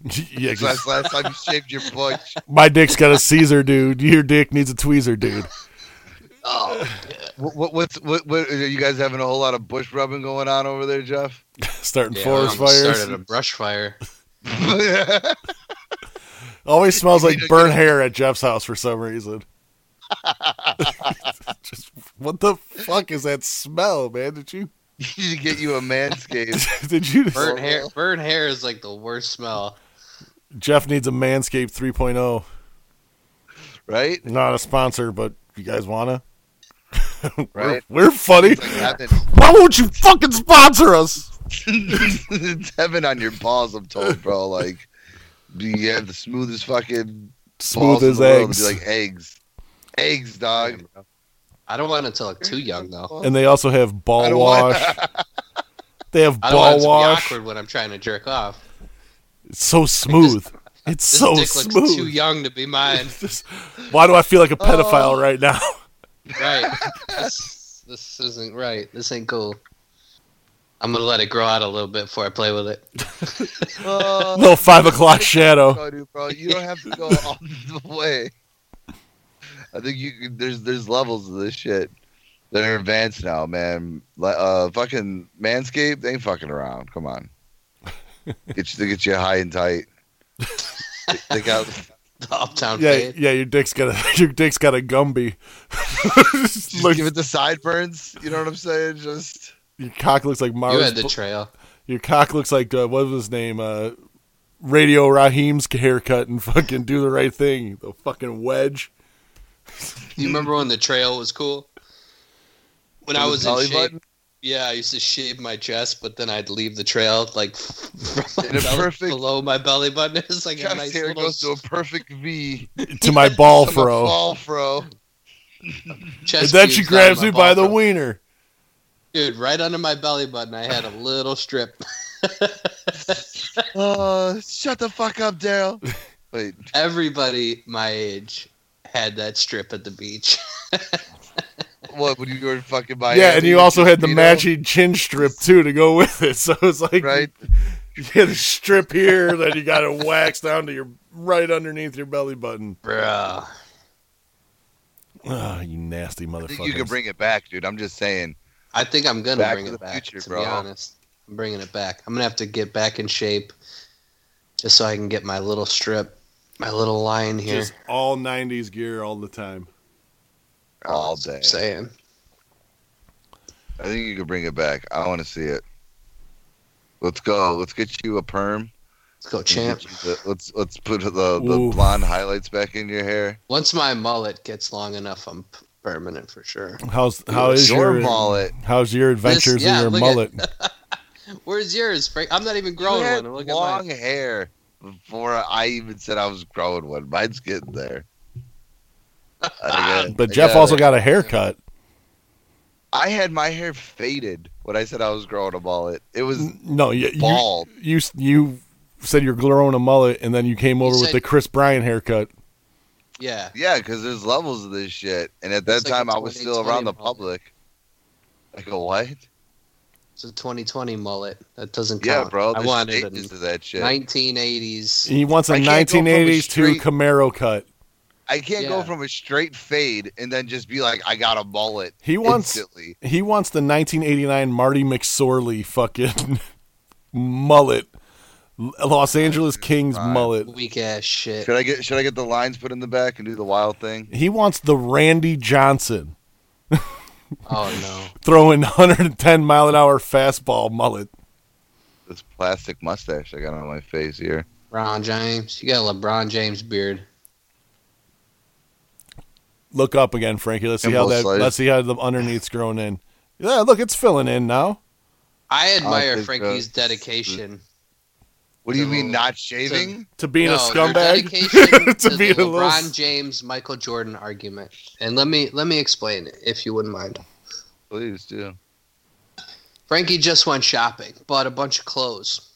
yeah 'cause
last, last time you shaved your bush.
my dick's got a caesar dude your dick needs a tweezer dude
Oh,
What, what, what's what, what? Are you guys having a whole lot of bush rubbing going on over there, Jeff?
starting
yeah,
forest
I almost
fires
started a brush fire.
Always smells like
You
burnt hair at Jeff's house for some reason. Just what the fuck is that smell, man? Did you
you need to get you a manscaped.
did you just,
Burnt hair. Burnt hair is like the worst smell.
Jeff needs a Manscaped 3.0.
right?
Not a sponsor, but you guys wanna? We're-
Right.
We're, funny.
It's like having,
Why won't you fucking sponsor us?
it's having on your balls, I'm told, bro. Like, you have the smoothest fucking balls
Smooth
in
as
the world. It'd
eggs.
Be like eggs. Eggs, dog.
I don't want it to look too young though.
and they also have
I
ball
don't want-
wash. they have
I don't want
ball
it to
wash.
be awkward when I'm trying to jerk off.
It's so smooth. It's
This
so
dick looks too
smooth.
young Oh. to be mine.
Just- Why do I feel like a pedophile right now?
Right. this, this isn't right. This ain't cool. I'm gonna let it grow out a little bit before I play with it.
Oh,
Little five o'clock shadow.
no, dude, bro. You don't have to go all the way. I think you could- there's there's levels of this shit that are advanced now, man. Like, uh, fucking Manscaped, they ain't fucking around. Come on, get you to get you high and tight. They- they got
The uptown
Yeah,
fade.
yeah, your dick's got a your dick's got a Gumby.
just
Looks-
give it the sideburns. You know what I'm saying? Just
your cock looks like
You
Mars.
had the trail.
your cock looks like uh, what was his name? Uh, Radio Raheem's haircut and fucking do the right thing. The fucking wedge.
You remember when the trail was cool? When I was in
belly
shape,
button.
yeah, I used to shave my chest, but then I'd leave the trail like from my
In a
belly-
perfect-
below my belly button. It's like a
Jeff's
nice
hair
little
goes to a perfect V.
To my ball
From a
fro.
Ball fro.
And
chest.
then she
pubes
grabs
down
me
my
by
ball
the
fro-
wiener.
Dude, right under my belly button, I had a little strip.
Oh, shut the fuck up, Daryl. Wait,
Everybody my age had that strip at the beach.
what? When you were in fucking Miami?
yeah, and you also had the
know?
matching chin strip too to go with it. So it's like
right?
you had a strip here, then you got it waxed down to your right underneath your belly button.
Bro.
Ah, you nasty
I
motherfucker.
think you can bring it back, dude. I'm just saying.
I think I'm gonna
Back
bring
to the
it back.
future,
to
bro.
be honest, I'm bringing it back. I'm gonna have to get back in shape, just so I can get my little strip, my little line here.
just all '90s gear all the time.
All
Oh, That's what I'm
day.
saying.
I think you can bring it back. I want to see it. Let's go. Let's get you a perm.
Let's go,
Let's
champ.
get you the- Let's let's put the, the
Ooh.
blonde highlights back in your hair.
Once my mullet gets long enough, I'm permanent for sure.
How's how is
your,
your
mullet?
how's your adventures
yeah,
in your
look at-
mullet?
Where's yours, Frank? I'm not even
You
growing
had
one. Look at mine.
long hair before I even said I was growing one. Mine's getting there. I got-
But
I
Jeff
got
also
it.
got a haircut.
I had my hair faded when I said I was growing a mullet. It was
No, you you,
bald.
you you said you're growing a mullet, and then you came over with
said-
the Chris Bryan haircut.
Yeah.
Yeah, because there's levels of this shit. And at that
It's like
time,
a
I was still around the
20-20 mullet.
public. I go, what?
It's a 2020 mullet. That doesn't
Yeah,
count.
bro.
I
there's
wanted
stages
a
to that shit.
1980s.
He wants a
I can't go from a
1980s to
straight-
Camaro cut.
I can't go
Yeah.
from a straight fade and then just be like, I got a mullet
He wants
instantly.
he wants the 1989 Marty McSorley fucking mullet, L- Los Angeles Kings
Fine.
mullet.
Weak ass shit.
Should I get should I get the lines put in the back and do the wild thing?
He wants the Randy Johnson
Oh no.
throwing 110 mile an hour fastball mullet.
This plastic mustache I got on my face here.
LeBron James. You got a LeBron James beard.
Look up again, Frankie. Let's see
And
how
both
that.
sides.
Let's see how the underneath's growing in. Yeah, look, it's filling in now.
I
I'll
admire
take
Frankie's
that.
dedication.
What do you
So-
mean not shaving?
To being a
No, your
scumbag.
dedication
to
the
being a little.
LeBron
s-
James, Michael Jordan argument. And let me let me explain it, if you wouldn't mind.
Please do.
Frankie just went shopping, bought a bunch of clothes.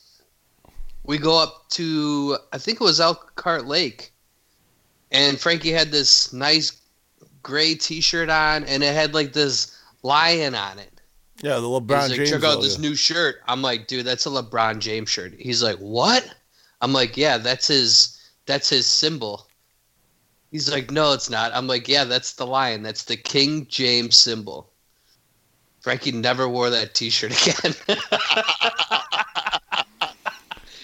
We go up to, I think it was Elkhart Lake, and Frankie had this nice gray t shirt on, and it had like this lion on it.
Yeah, the
He's
LeBron
like,
James.
check out
logo.
this new shirt. I'm like, dude, that's a LeBron James shirt. He's like, what? I'm like, yeah, that's his that's his symbol. He's like, no, it's not. I'm like, yeah, that's the lion. That's the King James symbol. Frankie never wore that T-shirt again.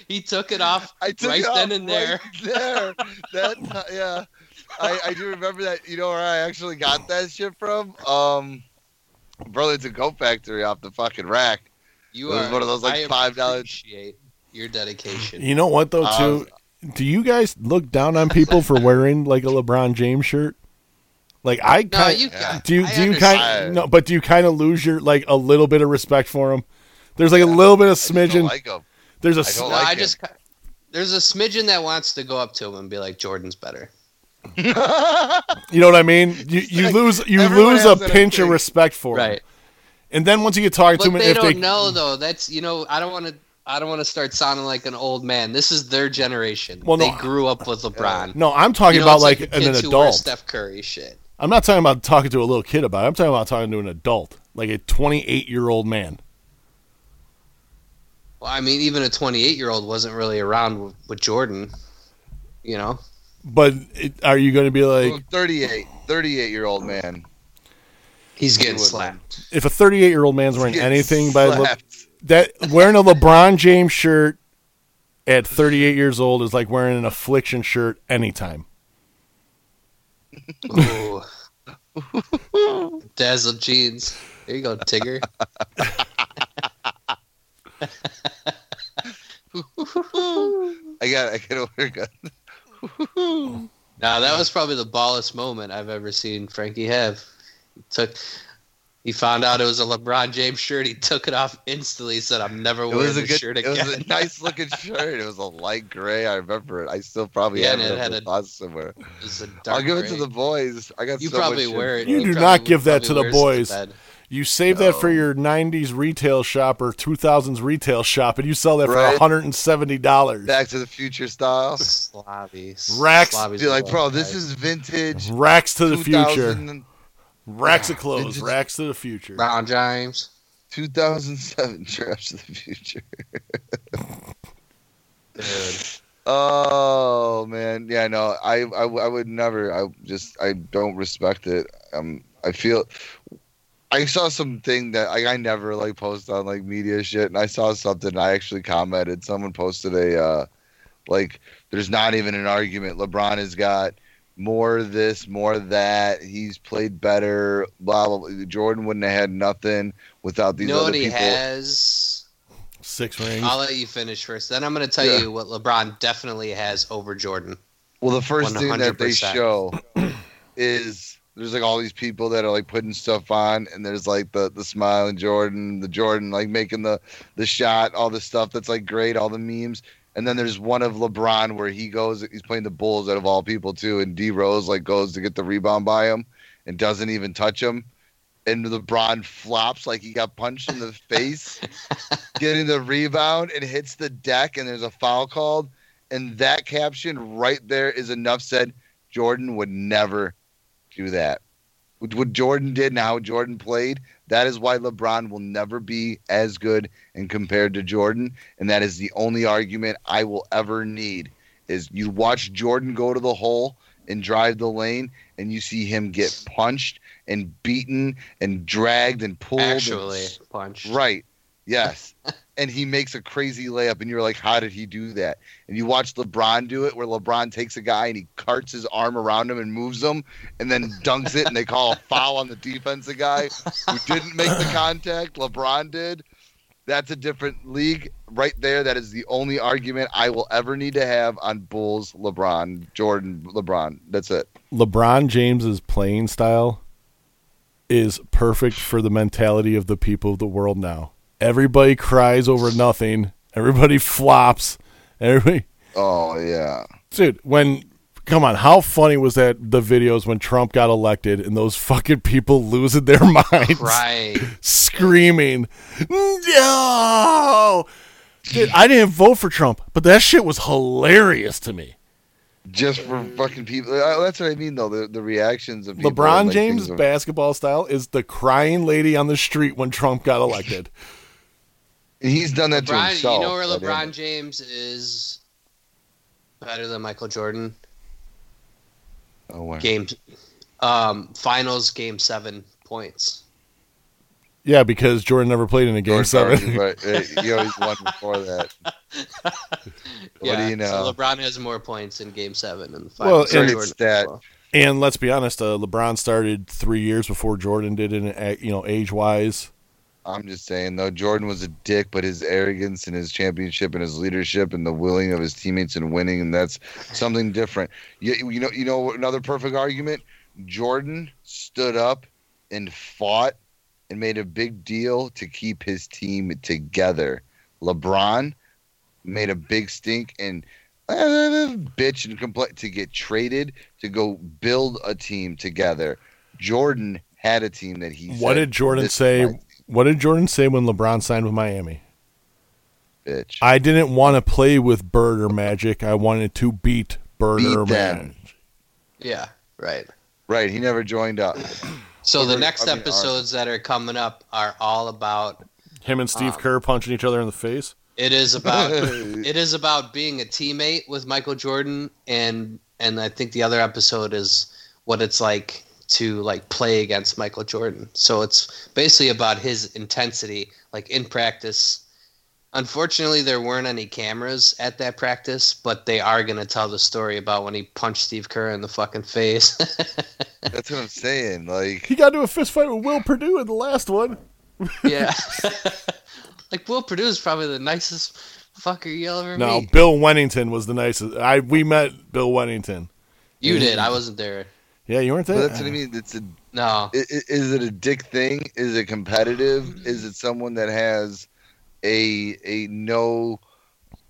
he took it off.
I took
Right
it off
then and there.
right there. That yeah. I, I do remember that. You know where I actually got that shit from? Um, Burlington Coat Factory off the fucking rack.
You
It was
are
one of those, like,
I
$5
Appreciate your dedication.
You know what though, too.
Um,
do you guys look down on people for wearing like a LeBron James shirt? Like I
No,
kind
you
Yeah.
got.
do. You,
I
do you kind
understand.
no? But do you kind of lose your like a little bit of respect for him? There's like a little bit of
I just don't
smidgen.
like 'em.
There's a
I
s-
don't
No,
like
I
it.
just. ca- There's a smidgen that wants to go up to him and be like, "Jordan's better."
you know what I mean. You you
Like,
lose you
everyone
lose a
has that
pinch of
thing.
respect for him. And then once you get talking to
But
him,
they
if they
don't know though. That's you know, I don't want to. I don't want to start sounding like an old man. This is their generation.
Well, no,
they grew up with LeBron.
no, I'm talking
You
about
know, it's
like,
the
an,
kids who wear
adult.
Steph Curry shit.
I'm not talking about talking to a little kid about it. I'm talking about talking to an adult, like a 28 year old man.
Well, I mean, even a 28 year old wasn't really around with, with Jordan. You know,
But it, are you going to be like,
Well, 38, 38 year old man.
he's getting
He would.
slapped.
if a 38 year old man's wearing
Gets
anything by Le-
slapped.
that wearing a LeBron James shirt at 38 years old is like wearing an affliction shirt anytime.
Ooh. Dazzle jeans. There you go, Tigger.
I got I got a haircut.
Now that was probably the ballest moment I've ever seen Frankie have. He took he found out it was a LeBron James shirt. He took it off instantly. Said, "I'm never
It
wearing
was a
this
good.
shirt
It was a
again."
nice looking shirt. It was a light gray. I remember it. I still probably
Yeah,
have
and
it
it had
in
a
a box somewhere.
It was a dark
I'll give it to
gray.
the boys. I got.
You
so
probably
much
wear
shit.
it.
You do
probably-
not give that to
probably
the
wears it
boys.
to bed.
You save that for your 90s retail shop or 2000s retail shop and you sell that
Right.
for $170.
Back to the Future style.
Slobby.
Racks-
Slobby's
Be like,
the
bro,
worst,
this
guys.
is vintage.
Racks to the future.
2000
Racks of clothes.
Vintage-
Racks to the future.
LeBron James.
2007 Trash of the Future.
Dude.
Oh man, yeah, no, I, I, I would never. I just, I don't respect it. Um, I feel. I saw something that I, I never like post on like media shit, and I saw something. and I actually commented. Someone posted a, uh, like, there's not even an argument. LeBron has got more this, more that. He's played better. Blah blah. blah. Jordan wouldn't have had nothing without
You
these
know
other
what he
people.
has?
Six rings.
I'll let you finish first. Then I'm going to tell
Yeah.
you what LeBron definitely has over Jordan.
Well, the first thing that they
100%.
show is there's like all these people that are like putting stuff on, and there's like the the smiling Jordan, the Jordan like making the the shot, all this stuff that's like great, all the memes. And then there's one of LeBron where he goes, he's playing the Bulls out of all people too, and D Rose like goes to get the rebound by him and doesn't even touch him. And LeBron flops like he got punched in the face, getting the rebound and hits the deck, and there's a foul called. And that caption right there is enough said. Jordan would never do that. With What Jordan did and how Jordan played, that is why LeBron will never be as good and compared to Jordan. And that is the only argument I will ever need is you watch Jordan go to the hole and drive the lane and you see him get punched and beaten and dragged and pulled. and
Actually, punch.
Right. Yes. and he makes a crazy layup, and you're like, how did he do that? And you watch LeBron do it, where LeBron takes a guy and he carts his arm around him and moves him, and then dunks it, and they call a foul on the defensive guy who didn't make the contact. LeBron did. That's a different league right there. That is the only argument I will ever need to have on Bulls, LeBron, Jordan, LeBron. That's it.
LeBron James's playing style is perfect for the mentality of the people of the world now. Everybody cries over nothing. Everybody flops. Everybody,
Oh, yeah.
dude. When come on, how funny was that? The videos when Trump got elected and those fucking people losing their minds,
Right.
screaming, "No!" Dude, I didn't vote for Trump, but that shit was hilarious to me.
Just for fucking people. Uh, That's what I mean, though. The, the reactions of people,
LeBron
like,
James'
things are-
basketball style is the crying lady on the street when Trump got elected.
He's done that to
LeBron,
himself.
you know where
by the end
LeBron
of
James is better than Michael Jordan?
it. Oh, wow.
Game, um, finals game seven points.
yeah, because Jordan never played in a game
George Barkley,
seven.
but uh, he always won before that. what do
So
you know?
LeBron has more points in game seven and the
Well,
finals.
and
than
it's
Jordan as
that-
well.
and let's be honest, uh, LeBron started three years before Jordan did, in a- you know, age wise.
I'm just saying though, Jordan was a dick, but his arrogance and his championship and his leadership and the willing of his teammates and winning, and that's something different. You, you know, you know another perfect argument. Jordan stood up and fought and made a big deal to keep his team together. LeBron made a big stink and uh, bitch and complain to get traded to go build a team together. Jordan had a team that he.
What
said,
did Jordan
"This is
say?
my
What did Jordan say when LeBron signed with Miami?
Bitch.
I didn't want to play with Bird or Magic. I wanted to beat Bird
Beat
or
them.
Magic.
Yeah, right.
Right, he never joined up.
So
Over-
the next
I mean,
episodes that are coming up are all about.
Him and Steve
Um,
Kerr punching each other in the face.
It is about it is about being a teammate with Michael Jordan and and I think the other episode is what it's like to like play against Michael Jordan. So it's basically about his intensity like in practice. Unfortunately, there weren't any cameras at that practice, but they are going to tell the story about when he punched Steve Kerr in the fucking face.
That's what I'm saying. Like,
He got into a fist fight with Will Purdue in the last one.
yeah. like Will Purdue is probably the nicest fucker you'll ever
No,
meet.
Bill Wennington was the nicest. I we met Bill Wennington.
You did. I wasn't there.
Yeah, you weren't
but
there.
that's what I mean. It's a.
No.
i- i- Is it a dick thing? Is it competitive? Is it someone that has a a no?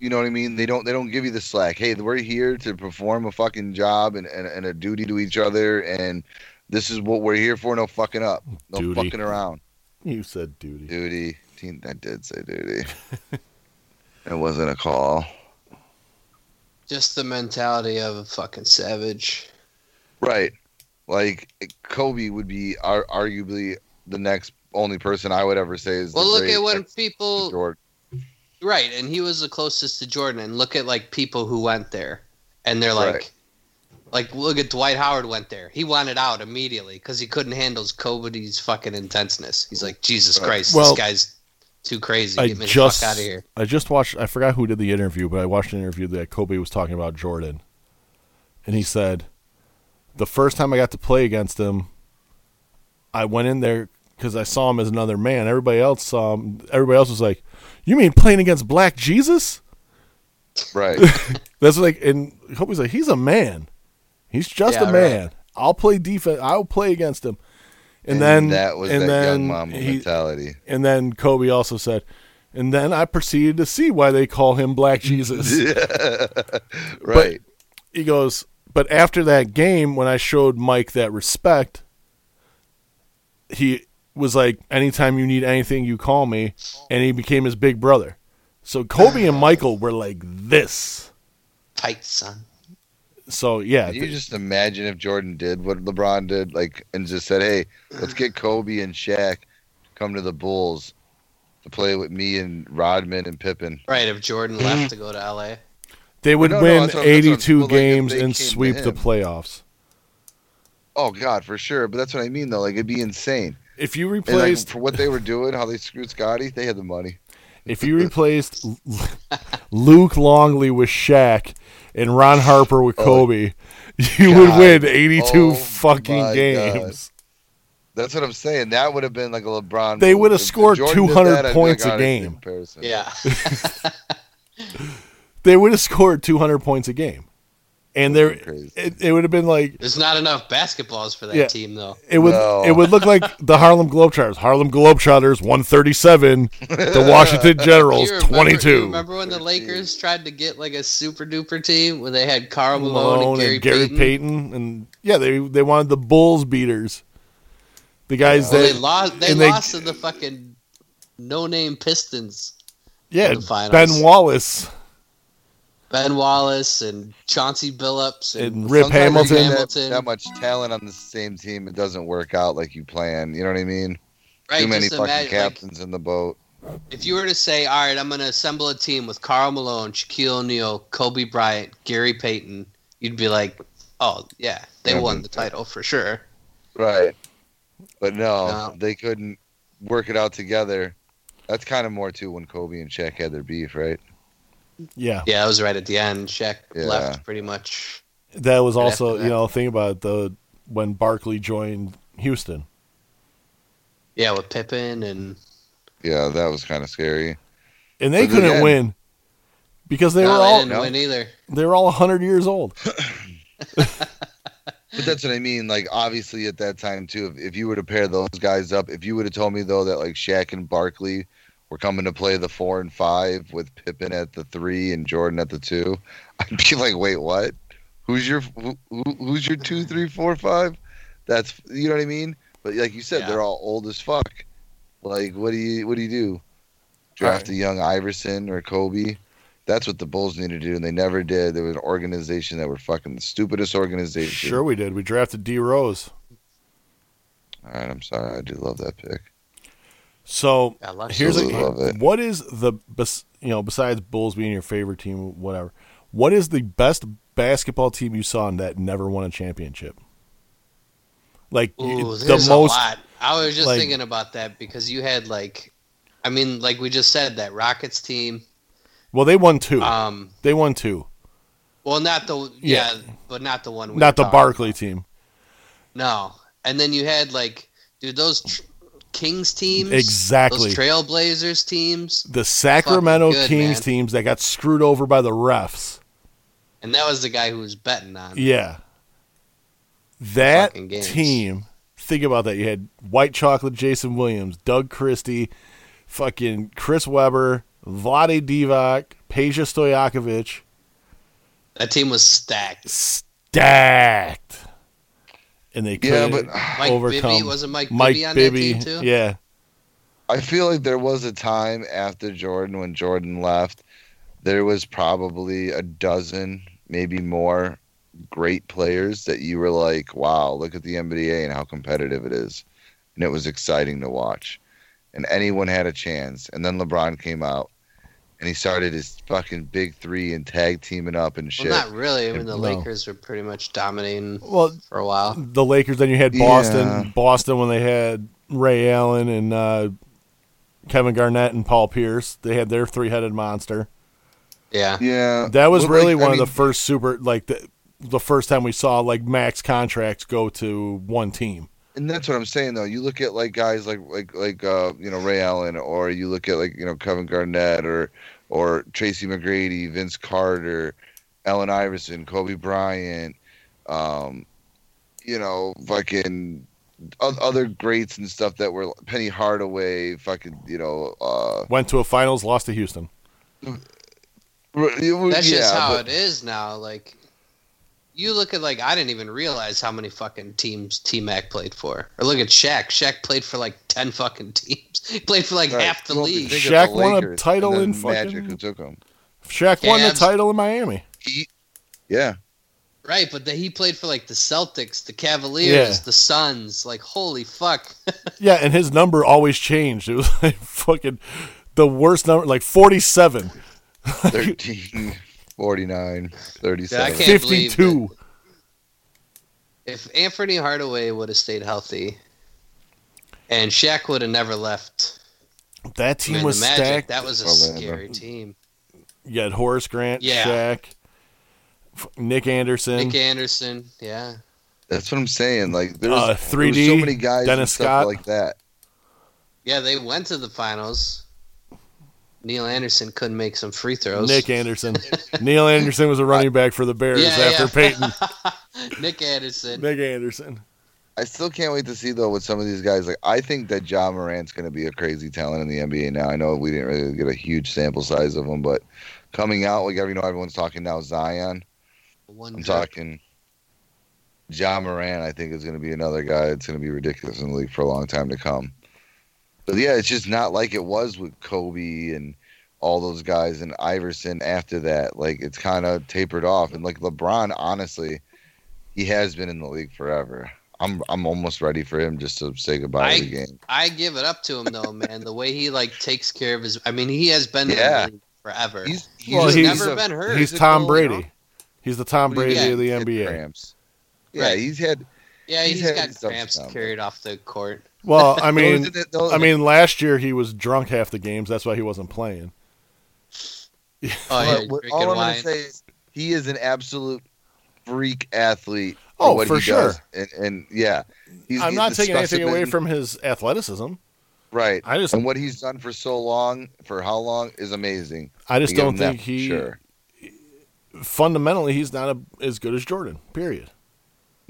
You know what I mean? They don't they don't give you the slack. Hey, we're here to perform a fucking job and and, and a duty to each other, and this is what we're here for. No fucking up. No
Duty.
fucking around.
You said duty.
Duty. Teen- I did say duty. it wasn't a call.
Just the mentality of a fucking savage.
Right. Like Kobe would be ar- arguably the next only person I would ever say is.
Well,
the
look
great
at when
next to
people
Jordan.
right, and he was the closest to Jordan. And look at like people who went there, and they're like,
Right.
like look at Dwight Howard went there. He wanted out immediately because he couldn't handle Kobe's fucking intenseness. He's like, Jesus
Right.
Christ,
Well,
this guy's too crazy.
I
Get me
just
the fuck out of here.
I just watched. I forgot who did the interview, but I watched an interview that Kobe was talking about Jordan, and he said, "The first time I got to play against him, I went in there because I saw him as another man. Everybody else saw him. Everybody else was like, "You mean playing against Black Jesus?"
Right.
That's like, and Kobe's like, "He's a man. He's just
Yeah,
a
right.
man. I'll play defense. I'll play against him. And, then
that was
and
that
then
young mama
he-
mentality.
and then Kobe also said, and then I proceeded to see why they call him Black Jesus.
right.
he goes, but after that game, when I showed Mike that respect, he was like, anytime you need anything, you call me. And he became his big brother. So Kobe and Michael were like this.
Tight, son.
So yeah,
Can you
th-
just imagine if Jordan did what LeBron did, like, and just said, "Hey, let's get Kobe and Shaq to come to the Bulls to play with me and Rodman and Pippen."
Right, if Jordan left to go to LA.
they would
No, no,
win
that's what- that's what-
82
well, like, if
games
they
and
came to
sweep the
him.
playoffs.
Oh God, for sure. But that's what I mean, though. Like, it'd be insane.
If you
And, like,
replaced
for what they were doing, how they screwed Scotty, they had the money.
If you replaced L- Luke Longley with Shaq and Ron Harper
Oh
with Kobe, you
God.
would win 82
Oh,
fucking
my
games.
That's what I'm saying. That would have been like a LeBron.
They
move.
would have
If- if
scored
Jordan did
200
I'd be
points a
"All right, it's
game."
comparison."
Yeah.
They would have scored 200 points a game. And there
Crazy.
it, it would have been like
There's not enough basketballs for that
Yeah.
team, though.
it would
No.
it would look like the Harlem Globetrotters. Harlem Globetrotters 137, the Washington Generals
You remember-
22.
you remember when the Lakers tried to get like a super duper team where they had Carl Malone, and Gary, Payton?
and yeah, they they wanted the Bulls beaters. The guys
Well, they
that
lost. They
and they-
lost to the fucking no-name Pistons.
yeah,
in the finals.
Ben Wallace
Ben Wallace and Chauncey Billups and,
and Rip
Sometimes
Hamilton.
you get
Hamilton.
That, that much talent on the same team, it doesn't work out like you plan. You know what I mean?
right,
Too many
just
fucking
imagine, like,
captains in the boat.
If you were to say, all right, I'm going to assemble a team with Carl Malone, Shaquille O'Neal, Kobe Bryant, Gary Payton, you'd be like, oh, yeah, they
Yeah,
won
but-
the title for sure.
Right. But no,
No.
they couldn't work it out together. That's kind of more too when Kobe and Shaq had their beef, right?
Yeah,
Yeah, that was right at the end. Shaq
Yeah.
left pretty much.
that was
Right
also
after
you
that.
know think about it, the when Barkley joined Houston.
Yeah, with Pippen and
Yeah, that was kind of scary.
and they
But
couldn't
again-
win because they
no,
were
they
all
didn't
no.
win either.
they were all 100 years old.
But that's what I mean. Like, obviously, at that time too, if, if you were to pair those guys up, if you would have told me though that like Shaq and Barkley were coming to play the four and five with Pippen at the three and Jordan at the two, I'd be like, wait, what? Who's your who, who- who's your two, three, four, five? That's you know what I mean. But like you said,
Yeah.
they're all old as fuck. Like, what do you what do you do? Draft a young Iverson or Kobe. That's what the Bulls needed to do, and they never did. They were an organization that were fucking the stupidest organization.
Sure we did. We drafted D Rose.
All right, I'm sorry. I do love that pick.
So
I love
here's a
Absolutely love it.
what is the bes- you know besides Bulls being your favorite team whatever. What is the best basketball team you saw that never won a championship? Like
Ooh,
the
there's
most
a lot. I was just
like-
thinking about that because you had like, I mean, like we just said that Rockets team.
Well, they won two.
Um,
they won two.
well, not the yeah,
Yeah.
but not the one. We
Not the
were talking
Barkley team.
No, and then you had like, dude, those tr- Kings teams,
Exactly.
those Trailblazers teams,
the Sacramento
Fucking good,
Kings
man.
teams that got screwed over by the refs.
and that was the guy who was betting on.
Yeah. That
Fucking games.
team, think about that. You had White Chocolate Jason Williams, Doug Christie, fucking Chris Webber, Vlade Divac, Peja Stojakovic.
That team was stacked.
Stacked. And they
Yeah,
couldn't
but-
Mike
overcome
Bibby wasn't Mike,
Mike
Bibby on
Bibby.
that team too.
Yeah.
I feel like there was a time after Jordan when Jordan left, there was probably a dozen, maybe more, great players that you were like, wow, look at the NBA and how competitive it is. And it was exciting to watch. And anyone had a chance. And then LeBron came out and he started his fucking big three and tag teaming up and
Well,
shit.
not really. I mean, the
No.
Lakers were pretty much dominating
Well,
for a while.
the Lakers. Then you had Boston.
Yeah.
Boston when they had Ray Allen and uh, Kevin Garnett and Paul Pierce. They had their three headed monster.
Yeah.
yeah.
That was
But, Uh, like,
really
I
one of
mean,
the first super like the the first time we saw like max contracts go to one team.
And that's what I'm saying though. You look at like guys like like like uh you know Ray Allen or you look at like you know Kevin Garnett or or Tracy McGrady, Vince Carter, Allen Iverson, Kobe Bryant, um you know, fucking o- other greats and stuff that were Penny Hardaway, fucking, you know, uh,
Went to a finals, lost to Houston.
Oh,
That's just how it is now. Like, you look at like I didn't even realize how many fucking teams T Mac played for. Or look at Shaq. Shaq played for like ten fucking teams. He played for like
Right.
half the
Well,
league.
think of
Shaq
the
won a
Lakers,
title
and
in
then Magic
fucking-
who took him.
Shaq won the
Cavs.
title in Miami.
Yeah,
Right, but then he played for like the Celtics, the Cavaliers,
Yeah.
the Suns. Like, holy fuck!
Yeah, and his number always changed. It was like fucking the worst number, like 47,
13, 49, 37.
can't believe
52.
if Anthony Hardaway would have stayed healthy, and Shaq would have never left,
That
I
team
mean,
was
the Magic
stacked.
that was a
Orlando.
scary team.
you had Horace Grant,
Yeah.
Shaq, f- Nick Anderson,
Nick Anderson, yeah.
That's what I'm saying. Like there's,
uh,
there was
3D,
so many guys and
Dennis
stuff
Scott.
like that.
Yeah, they went to the finals. Neil Anderson couldn't make some free throws.
Nick Anderson. Neil Anderson was a running back for the Bears
Yeah,
after
yeah.
Peyton.
Nick Anderson.
Nick Anderson.
I still can't wait to see though with some of these guys. Like I think that John Morant's going to be a crazy talent in the NBA now. I know we didn't really get a huge sample size of him, but coming out like you know everyone's talking now Zion.
One
I'm
dribble.
talking John Moran. I think is going to be another guy that's going to be ridiculous in the league for a long time to come. But yeah, it's just not like it was with Kobe and all those guys and Iverson after that. Like it's kind of tapered off. And like LeBron, honestly, he has been in the league forever. I'm I'm almost ready for him just to say goodbye
I-
to the game.
I give it up to him though, man. the way he like takes care of his. I mean, he has been in the
Yeah.
league forever.
He's he's,
Well,
he's,
he's-
never been hurt.
He's
He's a
Tom
goal, you know?
Brady. He's the Tom Brady
Yeah,
of the
had
NBA.
cramps. Yeah,
Right.
he's had.
yeah,
he's
he's
had
got
his ups and
cramps
downs.
carried off the court.
Well, I mean,
Those are the- those-
I mean, last year he was drunk half the games. That's why he wasn't playing.
Oh yeah,
But what-
drinking
all I'm
wine.
gonna say is he is an absolute freak athlete.
Oh,
what
for
he
sure.
Does. And, and yeah, he's,
I'm
he's
not
the
taking anything away
specimen.
from his athleticism.
right.
I just,
And what he's done for so long, for how long, is amazing.
I just
We give
don't
him that
think
for
he
Sure.
fundamentally he's not a, as good as Jordan. Period.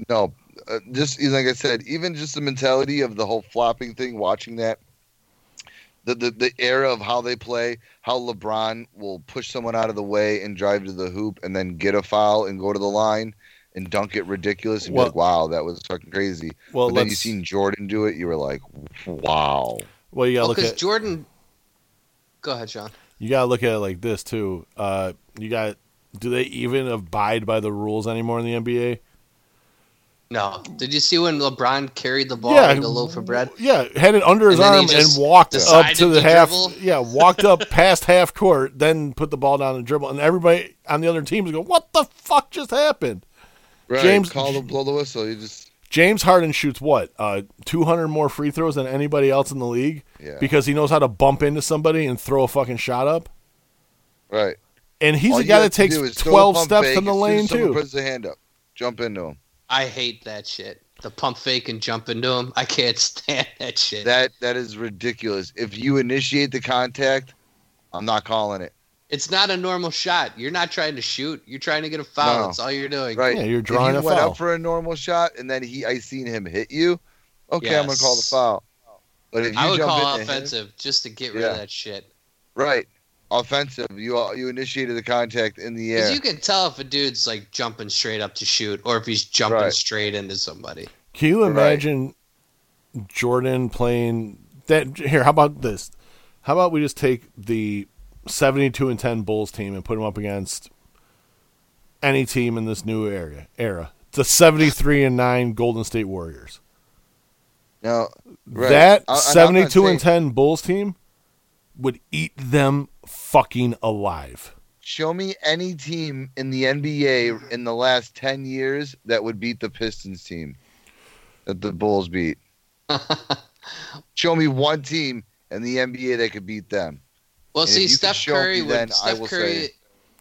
No, uh, just like I said, even just the mentality of the whole flopping thing, watching that, the, the the era of how they play, how LeBron will push someone out of the way and drive to the hoop and then get a foul and go to the line and dunk it ridiculous and
Well-
be like, wow, that was fucking crazy.
Well,
but then
let's.
you seen Jordan do it, you were like, wow.
well, you gotta
Well,
look
because
at
Jordan. Go ahead, John.
you gotta look at it like this too. Uh, you got do they even abide by the rules anymore in the NBA?
No, did you see when LeBron carried the ball like a loaf of bread?
Yeah, had it under his
And then
arm
he
and
just
walked up
decided
to the
to
half.
dribble.
Yeah, walked up past half court, then put the ball down and dribble, and everybody on the other team is going, "What the fuck just happened?"
Right.
James-
call the blow the whistle. You just
James Harden shoots what uh, 200 more free throws than anybody else in the league
yeah.
because he knows how to bump into somebody and throw a fucking shot up.
right.
And he's
All
a
you
guy
have
that
to
takes
do is throw a
12
pump
steps
fake
in the
as soon as
lane
someone
too.
Puts the hand up. Jump into him.
I hate that shit. The pump fake and jump into him. I can't stand that shit.
That that is ridiculous. If you initiate the contact, I'm not calling it.
it's not a normal shot. You're not trying to shoot. You're trying to get a foul.
No.
That's all you're doing.
Right.
Yeah, you're
If
drawing
you
a
went
foul.
up for a normal shot and then he I seen him hit you. Okay, I'm gonna call the
Yes.
foul. But if you
I would
jump
call
into him-
offensive just to get rid
Yeah.
of that shit.
right. Offensive. You you initiated the contact in the
Because
air.
you can tell if a dude's like jumping straight up to shoot or if he's jumping
Right.
straight into somebody.
Can you
Right.
imagine Jordan playing that? Here, how about this? How about we just take the seventy-two and ten Bulls team and put them up against any team in this new area era? The seventy-three and nine Golden State Warriors.
No. Right.
That
I- I'm not
seventy-two and
saying-
ten Bulls team would eat them fucking alive.
Show me any team in the NBA in the last 10 years that would beat the Pistons team that the Bulls beat. Show me one team in the NBA that could beat them.
Well,
And if
see,
you can
Steph
show me
Curry, would-
then, I
Steph
will
Curry
say-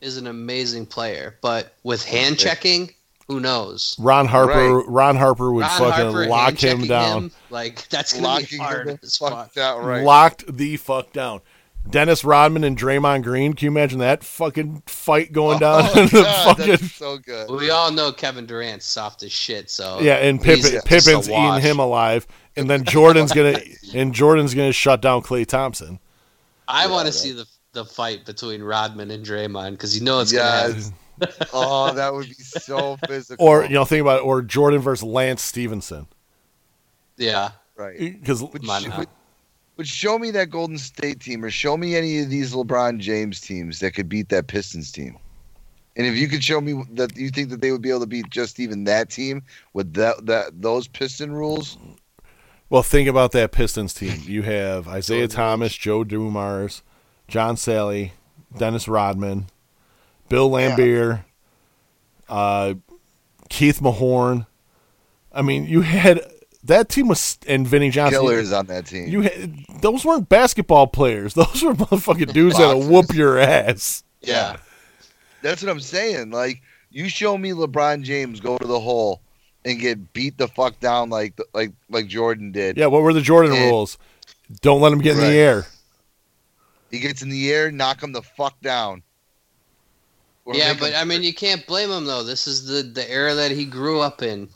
is an amazing player, but with hand checking, who knows?
Ron Harper, Ron Harper would
Ron
fucking
Harper
lock him
hand-checking
down.
like that's gonna
Locking
be hard
him the
as
fuck
fuck.
out, right?
locked the fuck down. Dennis Rodman and Draymond Green. Can you imagine that fucking fight going down
Oh,
in the
God,
fucking
that's so good.
We all know Kevin Durant's soft as shit, so
yeah, and
Oh, he's
Pippen,
just a
Pippen's eating
wash.
him alive, and then Jordan's gonna and Jordan's gonna shut down Clay Thompson.
I want
Yeah,
to see the the fight between Rodman and Draymond because you know it's gonna happen.
Yes. oh, that would be so physical.
Or you know, think about it, or Jordan versus Lance Stevenson
Yeah,
right?
because
Would,
Come on
sh-
now.
would, would show me that Golden State team, or show me any of these LeBron James teams that could beat that Pistons team. And if you could show me that you think that they would be able to beat just even that team with that that those Piston rules,
Well, think about that Pistons team. You have Isaiah Thomas, Joe Dumars, John Sally, Dennis Rodman, Bill Lambier, uh, Keith Mahorn. I mean, you had that team was and Vinny Johnson.
killers on that team.
You had, those weren't basketball players. Those were motherfucking dudes that'll
Boxers.
whoop your ass.
Yeah. That's what I'm saying. Like, you show me LeBron James go to the hole and get beat the fuck down like like like Jordan did.
Yeah, what were the Jordan
And-
rules? Don't let them get in
Right.
the air.
He gets in the air, knock him the fuck down. Or
yeah,
make
but
him-
I mean you can't blame him though. This is the the era that he grew up in.